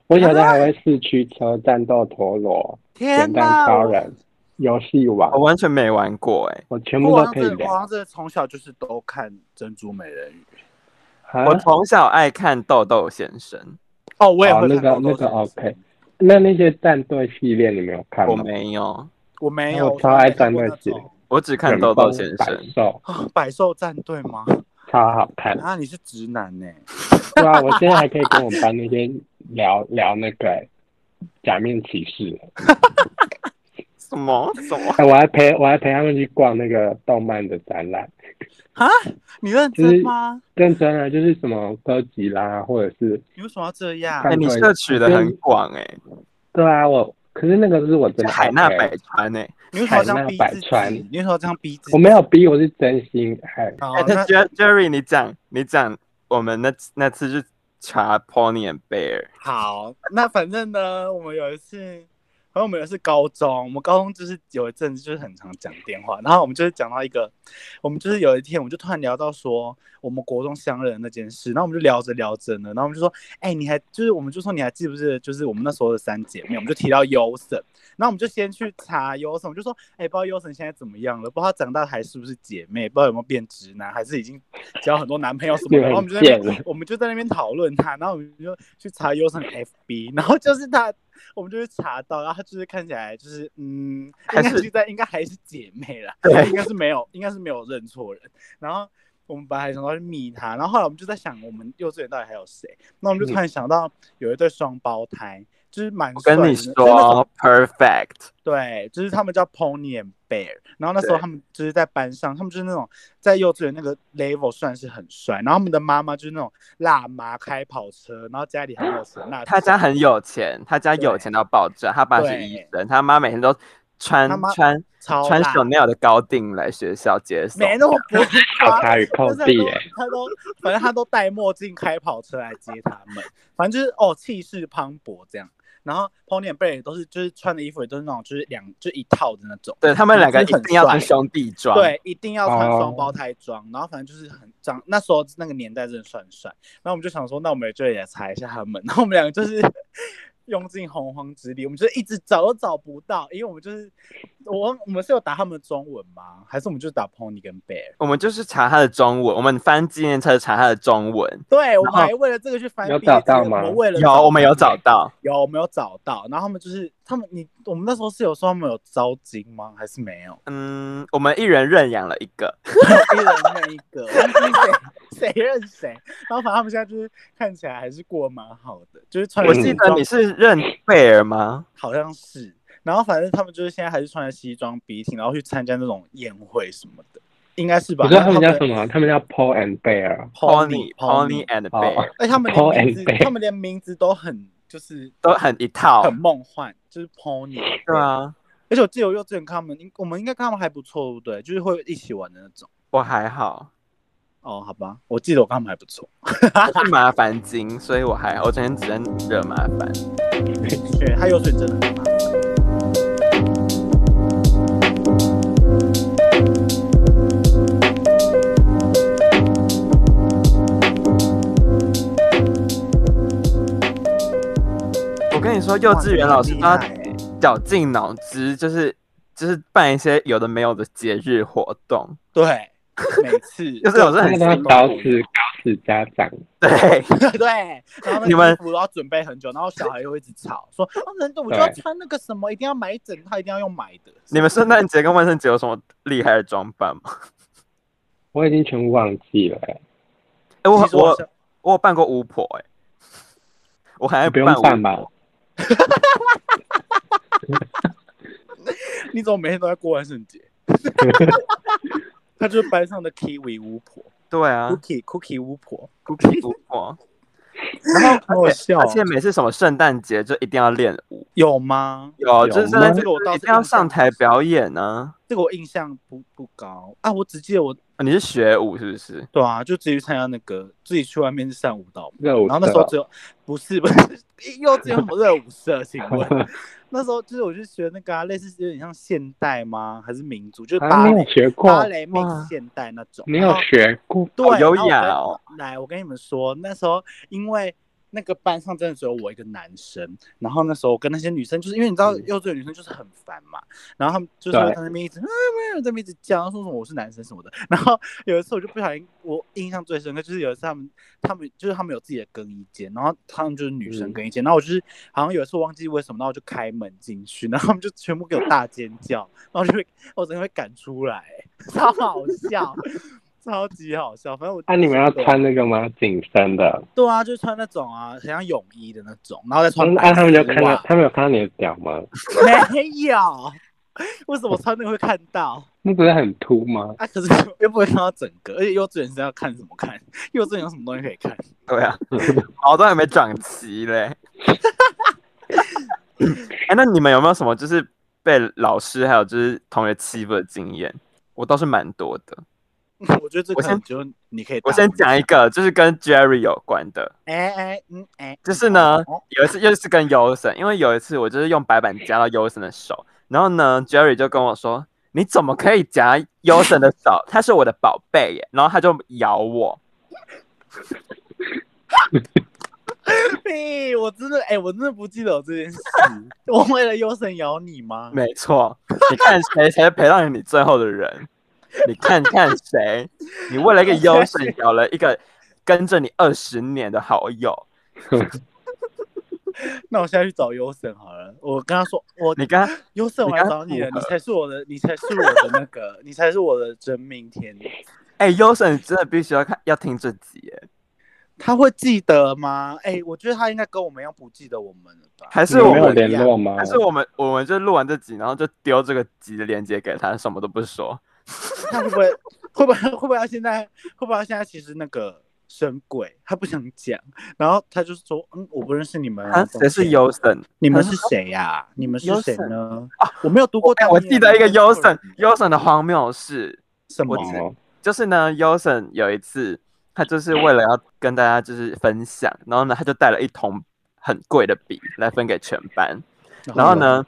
Speaker 3: 我小时候还会四驱车、战斗陀螺、
Speaker 2: 天
Speaker 3: 咸蛋
Speaker 2: 哪！
Speaker 3: 超
Speaker 2: 我
Speaker 3: 人、游戏王
Speaker 1: 我，完全没玩过哎、
Speaker 3: 我全部
Speaker 2: 我
Speaker 3: 都
Speaker 2: 好像
Speaker 3: 可以
Speaker 2: 真的，我好
Speaker 3: 聊。
Speaker 2: 像真的从小就是都看《珍珠美人鱼》。
Speaker 3: 啊
Speaker 1: 我从小爱看豆豆先生，
Speaker 2: 哦，我也
Speaker 3: 哦
Speaker 2: 会看《
Speaker 3: 那个
Speaker 2: 豆豆先生
Speaker 3: 那个 OK 那那些战队系列你没有看
Speaker 1: 我
Speaker 3: 吗？
Speaker 1: 没有，
Speaker 2: 我没
Speaker 3: 那
Speaker 2: 有，
Speaker 3: 我超爱战队
Speaker 2: 那
Speaker 3: 系
Speaker 2: 集
Speaker 3: 列。
Speaker 1: 我只看
Speaker 3: 忍
Speaker 1: 豆豆
Speaker 3: 风
Speaker 1: 先
Speaker 3: 百
Speaker 1: 生。
Speaker 3: 兽
Speaker 2: 啊，百兽战队吗？，
Speaker 3: 超好看
Speaker 2: 啊，你是直男呢、
Speaker 3: 对啊，我现在还可以跟我们班那些聊 聊那个、假面骑士，
Speaker 1: 什么什么？
Speaker 3: 哎、我还陪我还陪他们去逛那个动漫的展览，
Speaker 2: 啊，你认真吗？
Speaker 3: 认真啊，就是什么哥吉拉或者是
Speaker 2: 你为什么要这样
Speaker 1: 哎、？
Speaker 3: 看
Speaker 1: 你
Speaker 3: 对
Speaker 1: 摄取的很广哎、
Speaker 3: 对啊，我可是那个是我真的
Speaker 1: 海纳
Speaker 3: OK
Speaker 1: 百川哎、
Speaker 2: 你为什么要这样逼
Speaker 3: 海纳
Speaker 2: 自
Speaker 3: 百川
Speaker 2: 己？你为什么要这样逼自己？
Speaker 3: 我没有逼，我是真心爱。
Speaker 2: 好
Speaker 1: 哎、那
Speaker 2: 哦那
Speaker 1: Jer- Jerry，你讲你讲，我们那那次去查 Pony and Bear，
Speaker 2: 好，那反正呢，我们有一次，然后我们也是高中，我们高中就是有一阵子就是很常讲电话，然后我们就是讲到一个，我们就是有一天我们就突然聊到说我们国中相认的那件事，然后我们就聊着聊着呢，然后我们就说，哎、你还就是我们就说你还记不记得就是我们那时候的三姐妹，我们就提到优森，然后我们就先去查优森，我们就说，哎、不知道优森现在怎么样了，不知道她长大还是不是姐妹，不知道有没有变直男，还是已经交很多男朋友什么的，然后我们就在那边
Speaker 3: 很贱
Speaker 2: 我们就在那边讨论他，然后我们就去查优胜 FB，然 后就是他，我们就会查到，然后他就是看起来就是嗯，
Speaker 1: 还是
Speaker 2: 应该就在应该还是姐妹啦，
Speaker 1: 对
Speaker 2: 应该是没有，应该是没有认错人。然后我们本来还想到去密他，然后后来我们就在想，我们幼稚园到底还有谁？那我们就突然想到有一对双胞胎，就是蛮
Speaker 1: 嗯我
Speaker 2: 帅
Speaker 1: 跟
Speaker 2: 的
Speaker 1: 你
Speaker 2: 就是那种
Speaker 1: 说，perfect，
Speaker 2: 对，就是他们叫 Pony and Bear，然后那时候
Speaker 1: 对
Speaker 2: 他们就是在班上，他们就是那种在幼稚园那个 level 算是很帅，然后他们的妈妈就是那种辣妈开跑车，然后家里很有钱，那
Speaker 1: 他家很有钱，他家有
Speaker 2: 对
Speaker 1: 钱到爆炸，他爸是
Speaker 2: 对
Speaker 1: 医生，他妈每天都穿
Speaker 2: 他妈
Speaker 1: 穿
Speaker 2: 超
Speaker 1: 穿
Speaker 2: 辣
Speaker 1: Chanel 的高定来学校接送，
Speaker 2: 没那么 不
Speaker 3: 靠他与靠
Speaker 2: 但是他
Speaker 1: 欸
Speaker 3: 地哎
Speaker 2: 都
Speaker 3: 耶、
Speaker 2: 他都反正他都戴墨镜开跑车来接他们，反正就是哦气势磅礴这样。然后 Pony and Bear 也都是就是穿的衣服也都是那种就是两就一套的那种。
Speaker 1: 对他们两个一
Speaker 2: 就是很
Speaker 1: 定要穿
Speaker 2: 帅
Speaker 1: 兄弟装，，
Speaker 2: 对，一定要穿
Speaker 3: 哦
Speaker 2: 双胞胎装。然后反正就是很长，那时候那个年代真的算帅。然后我们就想说，那我们就也查一下他们。 然后我们两个就是用尽洪荒之力，我们就一直找都找不到，因为我们就是我我们是有打他们的中文吗？还是我们就打 Pony 跟 Bear？
Speaker 1: 我们就是查他的中文，我们翻纪念册查他的中文，
Speaker 2: 对，我们
Speaker 1: 然后
Speaker 2: 还为了这个去翻
Speaker 3: 有
Speaker 2: B 站
Speaker 3: 找到
Speaker 2: 我
Speaker 3: 吗
Speaker 2: 们为了
Speaker 1: 有我们有
Speaker 2: 到。
Speaker 1: 找到，
Speaker 2: 有，我没有找到。然后他们就是他们，你我们那时候是有说他们有招金吗？还是没有？
Speaker 1: 嗯，我们一人认养了一个，
Speaker 2: 一人认一个，谁 谁认谁？然后反正他们现在就是看起来还是过得蛮好的，就是穿
Speaker 1: 我记得你是认贝尔吗？
Speaker 2: 好像是。然后反正他们就是现在还是穿着西装笔挺，然后去参加那种宴会什么的，应该是吧？
Speaker 3: 你知道他
Speaker 2: 然后
Speaker 3: 们叫什么？他们叫 Paul and Bear。
Speaker 1: Pony Pony
Speaker 2: Pony，
Speaker 1: and
Speaker 3: 哦
Speaker 1: Bear
Speaker 2: 哎，他们
Speaker 3: Paul
Speaker 2: 连名
Speaker 3: and
Speaker 2: 字，
Speaker 3: Bear
Speaker 2: 他们连名字都很就是
Speaker 1: 都很一套，
Speaker 2: 很梦幻，就是 Pony。
Speaker 1: 对啊，
Speaker 2: 而且我记得我幼稚园看他们，应我们应该看他们还不错，对不对？就是会一起玩的那种。
Speaker 1: 我还好，
Speaker 2: 哦，好吧，我记得我看他们还不错。
Speaker 1: 我是麻烦精，所以我还好我昨天只能惹麻烦。
Speaker 2: 对，他幼稚园真的很好。
Speaker 1: 我跟你说，幼稚园老师都要
Speaker 2: 哇真的很厉害欸
Speaker 1: 绞尽脑汁，就是就是办一些有的没有的节日活动，
Speaker 2: 对，每次
Speaker 1: 就是有时候
Speaker 3: 他
Speaker 1: 很
Speaker 3: 们
Speaker 1: 辛
Speaker 3: 都要
Speaker 1: 苦
Speaker 3: 搞死搞死家长，
Speaker 1: 对，
Speaker 2: 对，然后那
Speaker 1: 你们
Speaker 2: 个衣服都要准备很久，然后小孩又一直吵说，哦，人我就
Speaker 3: 对
Speaker 2: 要穿那个什么，一定要买一整套，一定要用买的。
Speaker 1: 你们圣诞节跟万圣节有什么厉害的装扮吗？
Speaker 3: 我已经全部忘记了、欸。
Speaker 1: 哎、我
Speaker 2: 其实
Speaker 1: 我
Speaker 2: 是
Speaker 1: 我有扮过巫婆、哎，我还
Speaker 3: 不用
Speaker 1: 扮巫
Speaker 3: 办吧？
Speaker 2: 你怎么每天都在过万圣 节？他就是班上的 Kiwi 巫婆
Speaker 1: 对啊
Speaker 2: ，Cookie Cookie 巫婆，
Speaker 1: ，Cookie 巫婆，
Speaker 2: 然后好
Speaker 1: 而且
Speaker 2: 笑哦
Speaker 1: 而且每次什么圣诞节就一定要练舞，
Speaker 2: 有吗？
Speaker 1: 有
Speaker 3: 有
Speaker 1: 就是圣
Speaker 3: 吗
Speaker 1: 诞节
Speaker 2: 这个我倒
Speaker 1: 一
Speaker 2: 是
Speaker 1: 定要
Speaker 2: 印象
Speaker 1: 上台
Speaker 2: 不深
Speaker 1: 表演呢、
Speaker 2: 这个我印象不不高啊，我只记得我
Speaker 1: 啊你是学舞是不是？
Speaker 2: 对啊，就自己去参加那个，自己去外面上舞蹈，
Speaker 3: 热舞
Speaker 2: 然后那时候只有不是 不是幼 稚园什么热舞社，请问那时候就是我就学那个、啊、类似有点像现代吗？还是民族？就是
Speaker 3: 啊，
Speaker 2: 芭
Speaker 3: 你有
Speaker 2: 蕾、
Speaker 3: 学
Speaker 2: 芭
Speaker 3: 过？
Speaker 2: 蕾
Speaker 1: 哇
Speaker 2: mix 现代那种。
Speaker 3: 你
Speaker 2: 然
Speaker 3: 有
Speaker 2: 后
Speaker 3: 学过？
Speaker 2: 对，
Speaker 1: 好优
Speaker 2: 然后我
Speaker 1: 雅
Speaker 2: 跟
Speaker 1: 哦
Speaker 2: 来，我跟你们说，那时候因为那个班上真的只有我一个男生，然后那时候我跟那些女生，就是因为你知道
Speaker 3: 嗯
Speaker 2: 幼稚园女生就是很烦嘛，然后他们就是会
Speaker 3: 对
Speaker 2: 在那边一直啊没有在那边一直叫，然后说什么我是男生什么的。然后有一次我就不小心，我印象最深刻就是有一次他们他们就是他们有自己的更衣间，然后他们就是女生
Speaker 3: 嗯
Speaker 2: 更衣间，然后我就是好像有一次我忘记为什么，然后我就开门进去，然后他们就全部给我大尖叫，然后就会我真的会赶出来，超好笑， 超级好笑。反正我
Speaker 3: 啊，你们要穿那个吗？紧身的。
Speaker 2: 对啊，就穿那种啊，很像泳衣的那种，然后再穿
Speaker 3: 嗯
Speaker 2: 白
Speaker 3: 啊，
Speaker 2: 丝
Speaker 3: 他
Speaker 2: 袜。
Speaker 3: 们就看到，他们有看到你的屌吗？
Speaker 2: 没有， 为什么穿那个会看到？
Speaker 3: 那不是很凸吗？
Speaker 2: 啊，可是 又不会看到整个，而且幼稚园是要看什么看？幼稚园有什么东西可以看？
Speaker 1: 对啊，毛都还没长齐嘞。 哎、那你们有没有什么就是被老师还有就是同学欺负的经验？我倒是蛮多的。
Speaker 2: 我觉得这
Speaker 1: 我
Speaker 2: 可能
Speaker 1: 先
Speaker 2: 就你可以
Speaker 1: 我
Speaker 2: 大问，
Speaker 1: 先讲一个，就是跟 Jerry 有关的，
Speaker 2: 哎哎嗯哎，
Speaker 1: 就是呢
Speaker 2: 哦，
Speaker 1: 有一次又是跟 Uson，因为有一次我就是用白板夹到 Uson 的手，然后呢，Jerry 就跟我说：“你怎么可以夹 Uson 的手？他是我的宝贝耶！”然后他就咬我，
Speaker 2: 屁！我真的哎、我真的不记得有这件事。 我为了优神咬你吗？
Speaker 1: 没错，你看谁才是陪到你最后的人？你看看谁？你为了一个 Uson 咬了一个跟着你二十年的好友，
Speaker 2: 那我现在去找优神好了。我跟他说，我
Speaker 1: 你跟他
Speaker 2: 优神，
Speaker 1: 你
Speaker 2: 我来
Speaker 1: 跟他
Speaker 2: 找你了，
Speaker 1: 复
Speaker 2: 你
Speaker 1: 合
Speaker 2: 才是我的，你才是我的那个，你才是我的真命天女。
Speaker 1: 哎、优 Uson 真的必须要看要听这集耶，
Speaker 2: 他会记得吗？哎、我觉得他应该跟我们一样不记得我们了吧？
Speaker 1: 还
Speaker 3: 你
Speaker 1: 是我
Speaker 3: 没有
Speaker 1: 们
Speaker 3: 联络吗
Speaker 1: 但？是我们我们就录完这集，然后就丢这个集的链接给他，什么都不说。
Speaker 2: 他会不会会不会会不会他现在会不会他现在其实那个神鬼，他不想讲，然后他就说，嗯，我不认识你们
Speaker 1: 啊，
Speaker 2: 啊，
Speaker 1: 谁是
Speaker 2: 优？
Speaker 1: Uson？
Speaker 2: 你们是谁呀、你们是谁呢？啊，我没有读过
Speaker 1: 我
Speaker 2: 大
Speaker 1: 哎我
Speaker 2: 面，
Speaker 1: 记得一个
Speaker 2: 没有读过
Speaker 1: Uson Uson 的荒谬事，
Speaker 2: 什么
Speaker 1: 我？记得
Speaker 3: 哦，
Speaker 1: 就是呢，Uson 有一次他就是为了要跟大家就是分享，然后呢他就带了一桶很贵的笔来分给全班，然后呢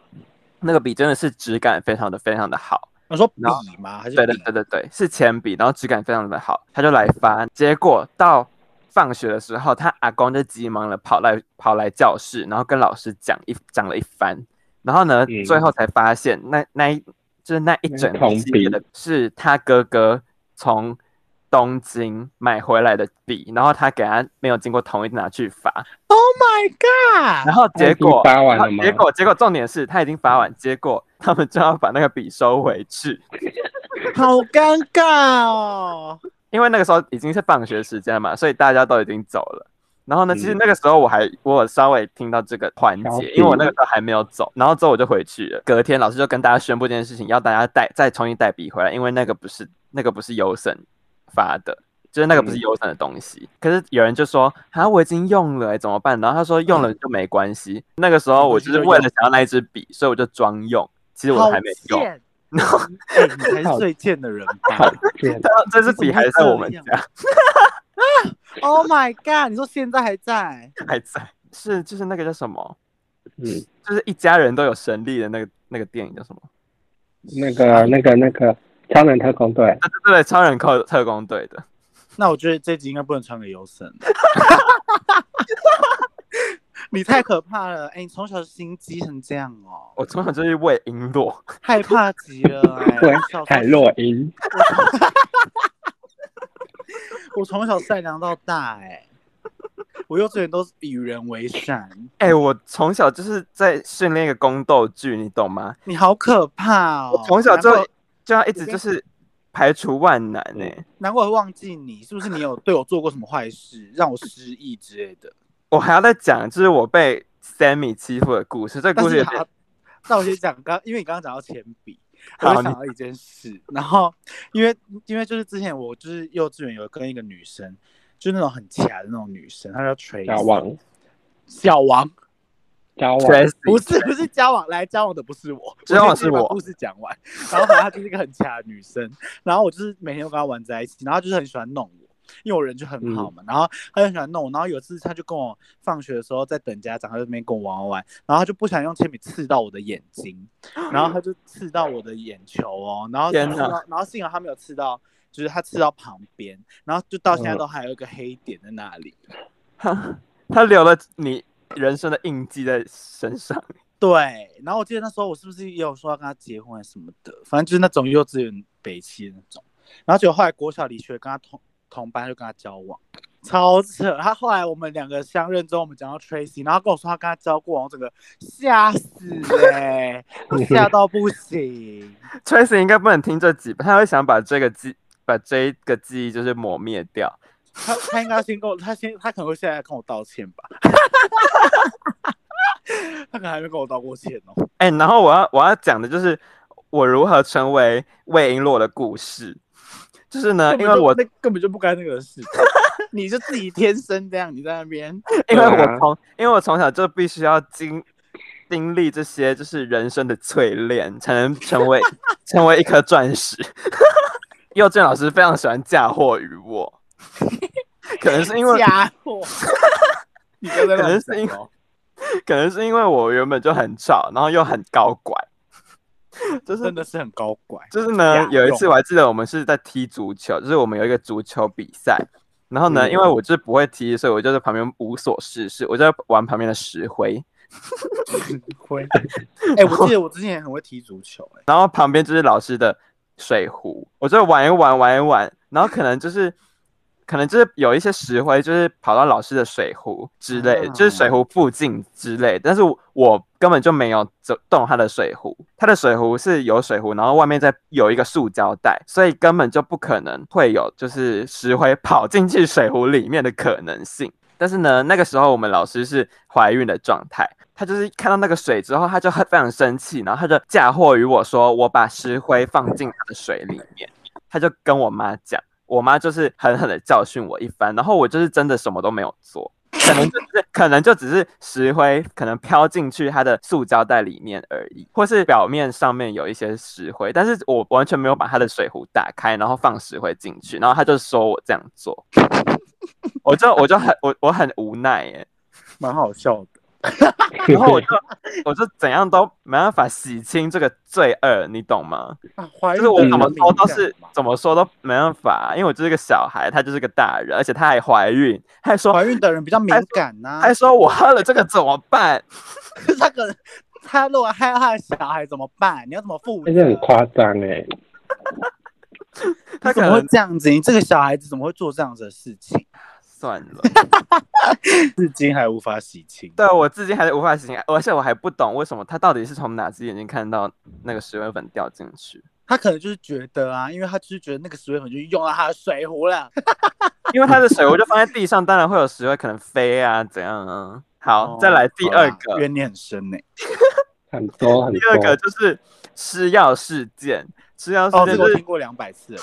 Speaker 1: 那个笔真的是质感非常的非常的好。
Speaker 2: 我说笔
Speaker 1: 然后
Speaker 2: 吗？还是
Speaker 1: 对
Speaker 2: 笔
Speaker 1: 对对对对，是铅笔，然后质感非常的好，他就来发。结果到放学的时候，他阿公就急忙的跑来跑来教室，然后跟老师讲一讲了一番。然后呢，
Speaker 3: 嗯
Speaker 1: 最后才发现那那一就是那一整
Speaker 3: 铜
Speaker 1: 系列的是他哥哥从东京买回来的笔，然后他给他没有经过同意拿去发，
Speaker 2: ？Oh my god！
Speaker 1: 然后结果
Speaker 3: 啊他已经发完了
Speaker 1: 然后
Speaker 3: 吗
Speaker 1: 结果结果重点是他已经发完，结果他们就要把那个笔收回去。
Speaker 2: 好尴尬哦。
Speaker 1: 因为那个时候已经是放学时间了嘛，所以大家都已经走了。然后呢，
Speaker 3: 嗯
Speaker 1: 其实那个时候我还我有稍微听到这个环
Speaker 3: 了
Speaker 1: 节，
Speaker 3: 解
Speaker 1: 因为我那个时候还没有走。然后之后我就回去了。隔天老师就跟大家宣布这件事情，要大家带再重新带笔回来，因为那个不是那个不是优胜发的，就是那个不是
Speaker 3: 嗯
Speaker 1: 优胜的东西。可是有人就说啊，我已经用了、欸，怎么办？然后他说用
Speaker 2: 嗯
Speaker 1: 了就没关系。那个时
Speaker 2: 哦
Speaker 1: 候我就是为了想要那一支笔，所以我就装用，其实我
Speaker 2: 好
Speaker 1: 还没用。
Speaker 2: 贱！ 哎你才是最贱的人吧
Speaker 3: 好贱，
Speaker 1: 然后 这支笔还在我们
Speaker 2: 你怎么会这
Speaker 1: 家。
Speaker 2: ！Oh my god！你说现在还在？
Speaker 1: 还在，是就是那个叫什么，
Speaker 3: 嗯，
Speaker 1: 就是一家人都有神力的那个那个电影叫什么？
Speaker 3: 那个那个那个超人特工队，
Speaker 1: 啊，对对对，超人特特工队的，
Speaker 2: 那我觉得这集应该不能传给优 森。你太可怕了！哎、你从小心机成这样哦，
Speaker 1: 我从小就是为璎珞，
Speaker 2: 害怕极了、哎
Speaker 3: 对
Speaker 2: 我小时候，
Speaker 3: 海洛因，
Speaker 2: 我从小善良到大、哎，我幼稚园都是与人为善，
Speaker 1: 哎、我从小就是在训练一个宫斗剧，你懂吗？
Speaker 2: 你好可怕哦！
Speaker 1: 我从小就
Speaker 2: 难怪
Speaker 1: 就要一直就是排除万难
Speaker 2: 嗯
Speaker 1: 欸呢、
Speaker 2: 难怪会忘记你，是不是你有对我做过什么坏事，让我失忆之类的？
Speaker 1: 我还要再讲，就是我被 Sammy 欺负的故事，这个
Speaker 2: 但
Speaker 1: 故事有
Speaker 2: 是
Speaker 1: 点
Speaker 2: 好，那我先讲刚，因为你刚刚讲到铅笔，我
Speaker 1: 好
Speaker 2: 就
Speaker 1: 你
Speaker 2: 想到一件事，然后因为因为就是之前我就是幼稚园有跟一个女生，就是那种很卡的那种女生，她叫锤
Speaker 3: 交往
Speaker 2: 小王，
Speaker 3: 交往，
Speaker 1: 确实
Speaker 2: 不是不是 交往，来交往的不是我，
Speaker 1: 交往
Speaker 2: 我先
Speaker 1: 是我
Speaker 2: 把故事讲完。然后反正她就是一个很强的女生，然后我就是每天都跟她玩在一起，然后她就是很喜欢弄我，因为我人就很
Speaker 1: 嗯
Speaker 2: 好嘛，然后她就很喜欢弄我。然后有一次她就跟我放学的时候在等家长，她就在那边跟我玩玩玩，然后她就不想用铅笔刺到我的眼睛，然后她就刺到我的眼球哦，然后
Speaker 1: 天哪
Speaker 2: 刺到然后幸好她没有刺到。就是她刺到旁边，然后就到现在
Speaker 1: 嗯
Speaker 2: 都还有一个黑点在那里。
Speaker 1: 他他留了你人生的印记在身上。
Speaker 2: 对，然后我记得那时候我是不是也有说要跟他结婚还是什么的，反正就是那种幼稚园北七的那种。然后结果后来国小李学跟他同同班，就跟他交往，超扯。他后来我们两个相认之后，我们讲到 Tracy，然后他跟我说他跟他交过往，我整个吓死哎、我吓到不行。
Speaker 1: Tracy 应该不能听这集吧，他会想把这个记把这个记忆就是磨灭掉。
Speaker 2: 他他应该要先跟我，他先他可能会现在跟我道歉吧。 他可能还没跟我道过歉哦。
Speaker 1: 哎、然后我要我要讲的就是我如何成为魏璎珞的故事，就是呢，
Speaker 2: 根本
Speaker 1: 因为
Speaker 2: 就
Speaker 1: 我
Speaker 2: 那根本就不该那个事情， 你就自己天生这样，你在那 边。
Speaker 1: 因为
Speaker 3: 对啊
Speaker 1: 我从因为我从小就必须要经经历这些就是人生的淬炼，才能成为成为一颗钻石。 幼稚园老师非常喜欢嫁祸于我， 可能是因为
Speaker 2: 家伙， 你都
Speaker 1: 可
Speaker 2: 在乱
Speaker 1: 能是因
Speaker 2: 讲哦
Speaker 1: 为。可能是因为我原本就很吵，然后又很高拐，就是
Speaker 2: 真的是很高拐。
Speaker 1: 就是呢
Speaker 2: 呀，
Speaker 1: 有一次我还记得我们是在踢足球，就是我们有一个足球比赛，然后呢，
Speaker 3: 嗯
Speaker 1: 因为我就是不会踢，所以我就在旁边无所事事，我就在玩旁边的石灰，
Speaker 2: 亏。哎、我记得我之前也很会踢足球、哎，
Speaker 1: 然后旁边就是老师的水壶，我就玩一玩玩一玩，然后可能就是可能就是有一些石灰就是跑到老师的水壶之类的，就是水壶附近之类的，但是我我根本就没有走动他的水壶，他的水壶是有水壶，然后外面再有一个塑胶袋，所以根本就不可能会有就是石灰跑进去水壶里面的可能性。但是呢，那个时候我们老师是怀孕的状态，她就是看到那个水之后，她就很非常生气，然后她就嫁祸于我说我把石灰放进她的水里面，她就跟我妈讲，我妈就是狠狠的教训我一番，然后我就是真的什么都没有做。可能就只是，可能就只是石灰，可能飘进去它的塑胶袋里面而已，或是表面上面有一些石灰，但是我完全没有把它的水壶打开，然后放石灰进去，然后他就说我这样做，我就我就很我我很无奈耶，
Speaker 2: 蛮好笑的。
Speaker 1: 然后我 就我就怎样都没办法洗清这个罪恶，你懂吗？
Speaker 2: 啊，怀
Speaker 1: 就是
Speaker 2: 孕
Speaker 1: 我
Speaker 2: 的
Speaker 1: 怎么说都
Speaker 2: 人敏感
Speaker 1: 是
Speaker 2: 嘛
Speaker 1: 怎么说都没办法，啊因为我就是个小孩，他就是个大人，而且他还怀孕，他还说
Speaker 2: 怀孕的啊人比较敏感呐、
Speaker 1: 还说我喝了这个怎么办？
Speaker 2: 他可能他如果害怕小孩怎么办？你要怎么负责？
Speaker 3: 但是很夸张哎，
Speaker 1: 他
Speaker 2: 他
Speaker 1: 可
Speaker 2: 怎么会
Speaker 1: 能
Speaker 2: 这样子？你这个小孩子怎么会做这样子的事情？
Speaker 1: 算了，
Speaker 2: 至今还无法洗清。
Speaker 1: 对我至今还是无法醒来，而且我还不懂为什么他到底是从哪只眼睛看到那个石灰粉掉进去，
Speaker 2: 他可能就是觉得啊，因为他就是觉得那个石灰粉就用到他的水壶了。
Speaker 1: 因为他的水我就放在地上，当然会有石灰可能飞啊怎样啊。好，再来第
Speaker 2: 好
Speaker 1: 二
Speaker 2: 啦
Speaker 1: 个，
Speaker 2: 怨念很深呢、
Speaker 3: 很多很
Speaker 1: 第二个
Speaker 3: 多。
Speaker 1: 就是吃药事件，吃药事
Speaker 2: 哦，
Speaker 1: 件
Speaker 2: 这个
Speaker 1: 就
Speaker 2: 我
Speaker 1: 是、
Speaker 2: 听过两百次了。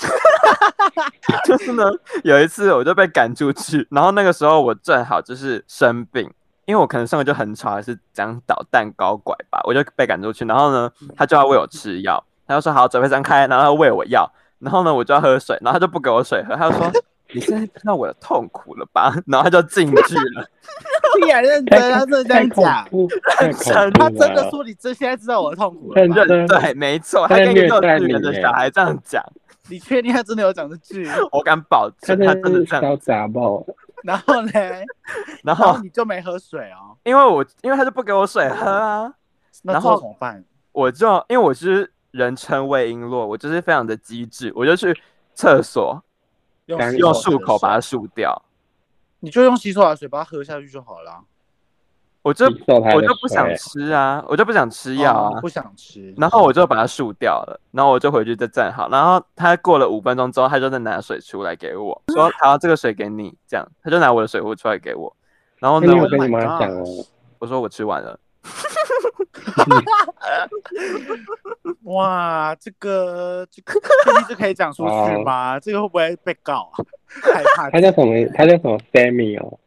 Speaker 1: 就是呢，有一次我就被赶出去，然后那个时候我正好就是生病，因为我可能上课就很吵，还是这样捣蛋搞拐吧，我就被赶出去。然后呢，他就要喂我吃药，他就说好，嘴巴张开，然后他喂我药，然后呢我就要喝水，然后他就不给我水喝，他就说你现在知道我的痛苦了吧？ 然后他就进去 了，
Speaker 2: 你还认真，他真的这
Speaker 3: 太
Speaker 2: 样
Speaker 3: 恐
Speaker 2: 讲。
Speaker 3: 怖，太恐怖了！
Speaker 2: 他真的说你真现在知道我的痛苦了
Speaker 3: 认
Speaker 2: 吗？
Speaker 1: 对
Speaker 3: 真，
Speaker 1: 对，没错，他
Speaker 3: 他在
Speaker 1: 跟一个
Speaker 3: 虐
Speaker 1: 幼
Speaker 3: 待
Speaker 1: 稚园
Speaker 3: 你
Speaker 1: 的
Speaker 3: 耶
Speaker 1: 小孩这样讲，
Speaker 2: 你确定他真的有讲这句？
Speaker 1: 我敢保
Speaker 3: 他
Speaker 1: 证他真的
Speaker 3: 是
Speaker 1: 这样。
Speaker 3: 小杂包，
Speaker 2: 然后呢？
Speaker 1: 然
Speaker 2: 然
Speaker 1: 后
Speaker 2: 后你就没喝水哦？
Speaker 1: 因为我因为他就不给我水喝啊。
Speaker 2: 那
Speaker 1: 然
Speaker 2: 之后
Speaker 1: 后
Speaker 2: 怎么办？
Speaker 1: 我就因为我是人称魏璎珞，我就是非常的机智，我就去厕所
Speaker 2: 用
Speaker 3: 干
Speaker 2: 洗
Speaker 1: 用
Speaker 2: 手
Speaker 1: 漱口把它
Speaker 2: 的水，
Speaker 1: 漱掉。
Speaker 2: 你就用洗手的水把它喝下去就好了。
Speaker 1: 我就
Speaker 3: 你受他的
Speaker 1: 我就不
Speaker 3: 水
Speaker 1: 想吃啊，我就不想吃药
Speaker 2: 哦
Speaker 1: 啊。
Speaker 2: 不想吃。
Speaker 1: 然后我就把它漱掉了，然后我就回去再站好。然后他过了五分钟之后，他就再拿水出来给我，说：“好，这个水给你。”这样，他就拿我的水壶出来给我。然后
Speaker 3: 哎
Speaker 1: 呢，
Speaker 3: 那你有
Speaker 1: 我就
Speaker 3: 跟你
Speaker 2: Oh my
Speaker 3: 妈讲
Speaker 2: gosh
Speaker 3: 哦？
Speaker 1: 我说我吃完了，
Speaker 2: 哇，这个这个这个就可以讲出去吗？这个会不会被告啊？害怕
Speaker 3: 他叫什么？他叫什么？Sammy 哦，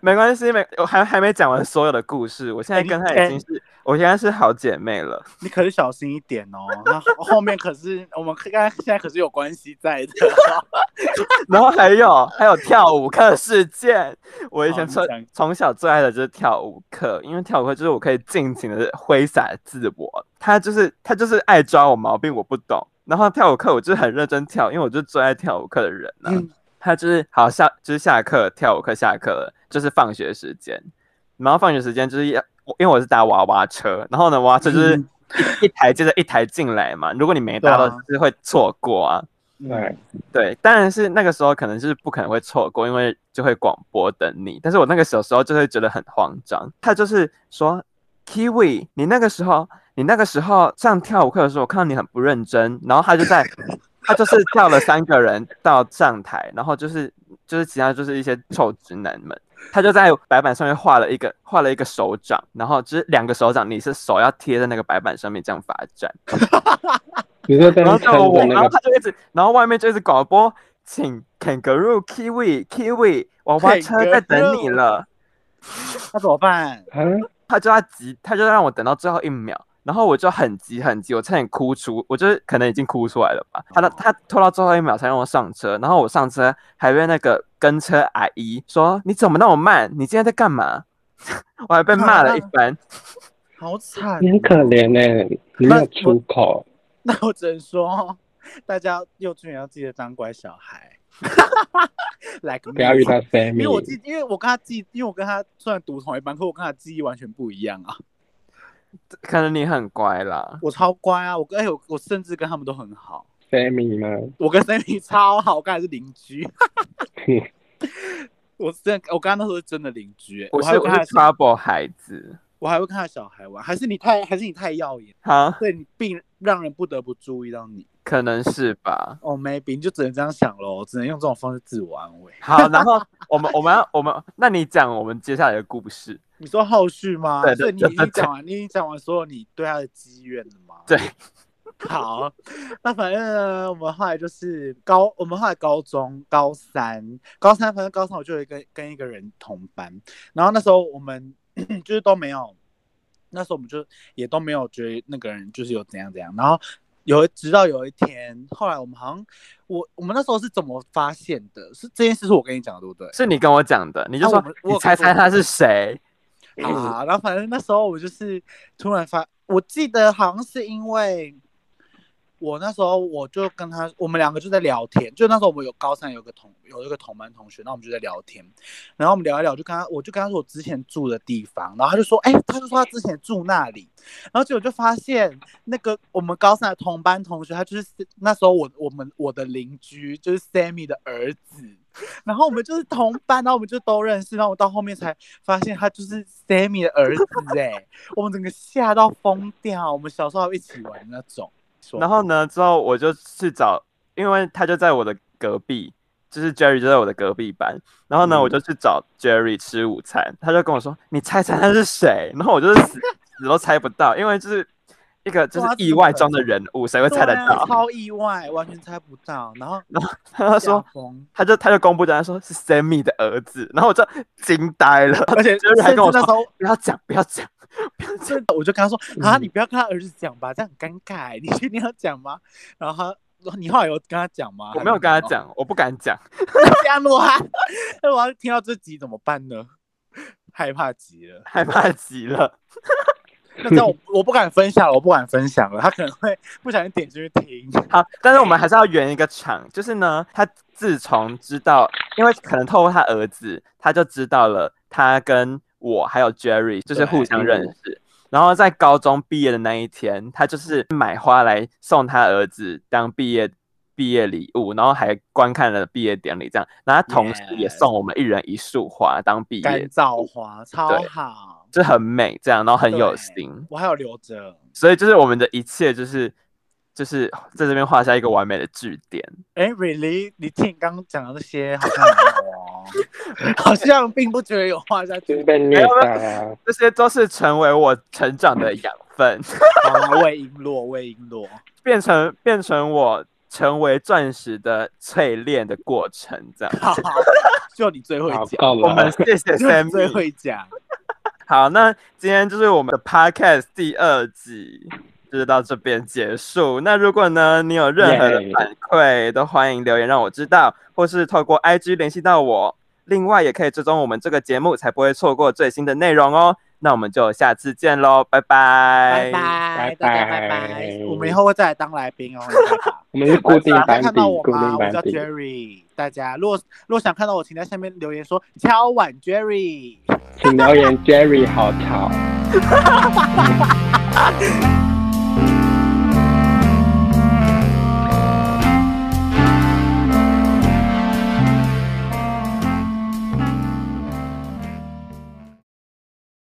Speaker 1: 没关系，没我还还没讲完所有的故事。我现在
Speaker 2: 哎你
Speaker 1: 跟他
Speaker 2: 哎
Speaker 1: 已经是，我现在是好姐妹了。
Speaker 2: 你可是小心一点 哦。那后面可是我们刚刚现在可是有关系 在的。
Speaker 1: 然后还有还有跳舞课事件，我以前
Speaker 2: 好
Speaker 1: 从
Speaker 2: 哦你讲
Speaker 1: 从小最爱的就是跳舞课，因为跳舞课就是我可以尽情的挥洒自我。他就是他就是爱抓我毛病，我不懂。然后跳舞课我就是很认真跳，因为我就是最爱跳舞课的人了、
Speaker 2: 嗯
Speaker 1: 他就是好下就是下课跳舞课下课了，就是放学时间，然后放学时间就是要我因为我是搭娃娃车，然后呢娃娃车就是
Speaker 2: 嗯
Speaker 1: 一一台接着一台进来嘛，如果你没搭到
Speaker 2: 对啊
Speaker 1: 就是会错过啊
Speaker 3: 对，
Speaker 1: 对，当然是那个时候可能是不可能会错过，因为就会广播等你。但是我那个小时候就会觉得很慌张。他就是说，Kiwi，你那个时候，你那个时候上跳舞课的时候，我看到你很不认真，然后他就在，他就是叫了三个人到上台，然后就是就是其他就是一些臭直男们，他就在白板上面画了一个画了一个手掌，然后就是两个手掌，你是手要贴在那个白板上面这样罚站。
Speaker 3: 你说在
Speaker 1: 然后
Speaker 3: 撑
Speaker 1: 叫我
Speaker 3: 着
Speaker 1: 我，然
Speaker 3: 那
Speaker 1: 后
Speaker 3: 个
Speaker 1: 他就一直，然后外面就一直广播，请 Kangaroo Kiwi Kiwi 娃娃车在等你了。
Speaker 2: 那怎么办？
Speaker 3: 啊，
Speaker 1: 他就要急，他就让我等到最后一秒，然后我就很急很急，我差点哭出，我就是可能已经哭出来了吧。他的他拖到最后一秒才让我上车，然后我上车还被那个跟车阿姨说：“你怎么那么慢？你今天在干嘛？” 我还被骂了一 番。
Speaker 2: 好惨
Speaker 3: 你。很可怜呢、你没有出口，
Speaker 2: 那我只能说，大家幼稚园要记得当乖小 孩，来个
Speaker 3: 不要遇到
Speaker 2: 因为我
Speaker 3: Sammy。
Speaker 2: 记，因为我跟他记，因为我跟他虽然读同一班，可我跟他记忆完全不一样啊。
Speaker 1: 可能你很乖啦，
Speaker 2: 我超乖啊，我跟哎、我我甚至跟他们都很好，
Speaker 3: Sammy 吗？
Speaker 2: 我跟 Sammy 超好，我刚才是邻居。 我真的，我刚刚那时候是真的邻居、哎
Speaker 1: 我
Speaker 2: 还
Speaker 1: 是我
Speaker 2: 会跟
Speaker 1: 是
Speaker 2: 他的小，
Speaker 1: trouble 孩子。
Speaker 2: 我还会跟他的小孩玩，还是你太，还是你太耀眼，
Speaker 1: 好，
Speaker 2: 对你并让人不得不注意到你。
Speaker 1: 可能是吧。
Speaker 2: 哦、m a y b e 你就只能这样想喽，只能用这种方式自我安慰。
Speaker 1: 好，然后我们我们要我们，那你讲我们接下来的故事。
Speaker 2: 你说后续吗？
Speaker 1: 对
Speaker 2: 所以你
Speaker 1: 对
Speaker 2: 已
Speaker 1: 对
Speaker 2: 经讲完，你已经讲完所有你对他的积怨了吗？
Speaker 1: 对，
Speaker 2: 好，那反正呢，我们后来就是高，我们后来高中高三，高三反正高三我就有一个跟一个人同班，然后那时候我们 就是都没有，那时候我们就也都没有觉得那个人就是有怎样怎样，然后有直到有一天，后来我们好像我我们那时候是怎么发现的？是这件事是我跟你讲的，对不对？
Speaker 1: 是你跟我讲的，你就
Speaker 2: 啊
Speaker 1: 说、
Speaker 2: 我们我
Speaker 1: 你
Speaker 2: 有
Speaker 1: 猜猜
Speaker 2: 看过
Speaker 1: 他是谁？
Speaker 2: 啊，然后反正那时候我就是突然发，我记得好像是因为我那时候我就跟他，我们两个就在聊天，就那时候我们有高三有个同有一个同班同学，那我们就在聊天，然后我们聊一聊，就跟他我就跟他说我之前住的地方，然后他就说，哎、他就说他之前住那里，然后结果就发现那个我们高三的同班同学，他就是那时候我我们我的邻居，就是 Sammy 的儿子。然后我们就是同班，然后我们就都认识，然后我到后面才发现他就是 Sammy 的儿子哎、我们整个吓到疯掉，我们小时候一起玩那种。说
Speaker 1: 然后呢，之后我就去找，因为他就在我的隔壁，就是 Jerry 就在我的隔壁班。然后呢，
Speaker 3: 嗯
Speaker 1: 我就去找 Jerry 吃午餐，他就跟我说：“你猜猜他是谁？” 然后我就是死死都猜不到，因为就是一个就
Speaker 2: 对
Speaker 1: 是
Speaker 2: 啊
Speaker 1: 意外中的人物，谁会猜得
Speaker 2: 对
Speaker 1: 到？
Speaker 2: 啊超意外，完全猜不到。然后
Speaker 1: 他说
Speaker 2: 吓。疯
Speaker 1: 他就他就公布答案说是 Sammy 的儿子，然后我就惊呆了，
Speaker 2: 而且
Speaker 1: Jerry 还跟我
Speaker 2: 甚至那时
Speaker 1: 说
Speaker 2: 候
Speaker 1: 不要讲不要讲，
Speaker 2: 这我就跟他说 啊，
Speaker 3: 嗯
Speaker 2: 你不要跟他儿子讲吧，这样很尴尬欸。你确定要讲吗？然后他，你后来有跟他讲吗？
Speaker 1: 我没有跟他
Speaker 2: 啊还
Speaker 1: 讲，我不敢讲。
Speaker 2: 没 有，这样的话，那我要听到这集怎么办呢？害怕极了。
Speaker 1: 害怕极了。
Speaker 2: 那这样我我不敢分享了，我不敢分享了，他可能会不小心点进去听。
Speaker 1: 好，但是我们还是要圆一个场，就是呢，他自从知道，因为可能透过他儿子，他就知道了他跟我还有 Jerry 就是互相认识。然后在高中毕业的那一天，他就是买花来送他儿子当毕业毕业礼物，然后还观看了毕业典礼，这样。然后他同时也
Speaker 2: Yes
Speaker 1: 送我们一人一束花当毕
Speaker 2: 干
Speaker 1: 业，
Speaker 2: 燥花超
Speaker 1: 对
Speaker 2: 好，
Speaker 1: 就很美，这样，然后很有
Speaker 2: 对
Speaker 1: 心。
Speaker 2: 我还有留着。
Speaker 1: 所以就是我们的一切就是就是在这边画下一个完美的句点。
Speaker 2: 哎，really，你听你刚刚讲的那些好像没有哦，好像并不觉得有画下
Speaker 3: 就是
Speaker 2: 去。
Speaker 3: 被虐待啊！
Speaker 1: 这些都是成为我成长的养分，
Speaker 2: 好啦，魏璎珞，魏璎珞，
Speaker 1: 变成变成我成为钻石的淬炼的过程。这样，
Speaker 2: 好，就你最会
Speaker 3: 好
Speaker 2: 讲，
Speaker 3: 够
Speaker 1: 我们
Speaker 3: 了，啊
Speaker 1: 谢谢
Speaker 2: 就你最
Speaker 1: Sammy。
Speaker 2: 会讲。
Speaker 1: 好，那今天就是我们的 Podcast 第二集。就是到这边结束。那如果呢，你有任何的
Speaker 3: Yay
Speaker 1: 反馈，都欢迎留言让我知道，或是透过 IG 联系到我。另外，也可以追踪我们这个节目，才不会错过最新的内容哦。那我们就下次见喽，拜
Speaker 2: 拜
Speaker 1: 拜。
Speaker 2: 拜，大家拜拜
Speaker 3: 拜，
Speaker 2: 我们以后会再来当来宾哦。
Speaker 3: 我们是固定
Speaker 2: 大家
Speaker 3: 班
Speaker 2: 看
Speaker 3: 底
Speaker 2: 到，我
Speaker 3: 固
Speaker 2: 吗？
Speaker 3: 定
Speaker 2: 我
Speaker 3: 班
Speaker 2: 叫
Speaker 3: 底。
Speaker 2: Jerry，大家如果如果想看到我，请在下面留言说敲碗 Jerry。
Speaker 3: 请留言 Jerry 好吵。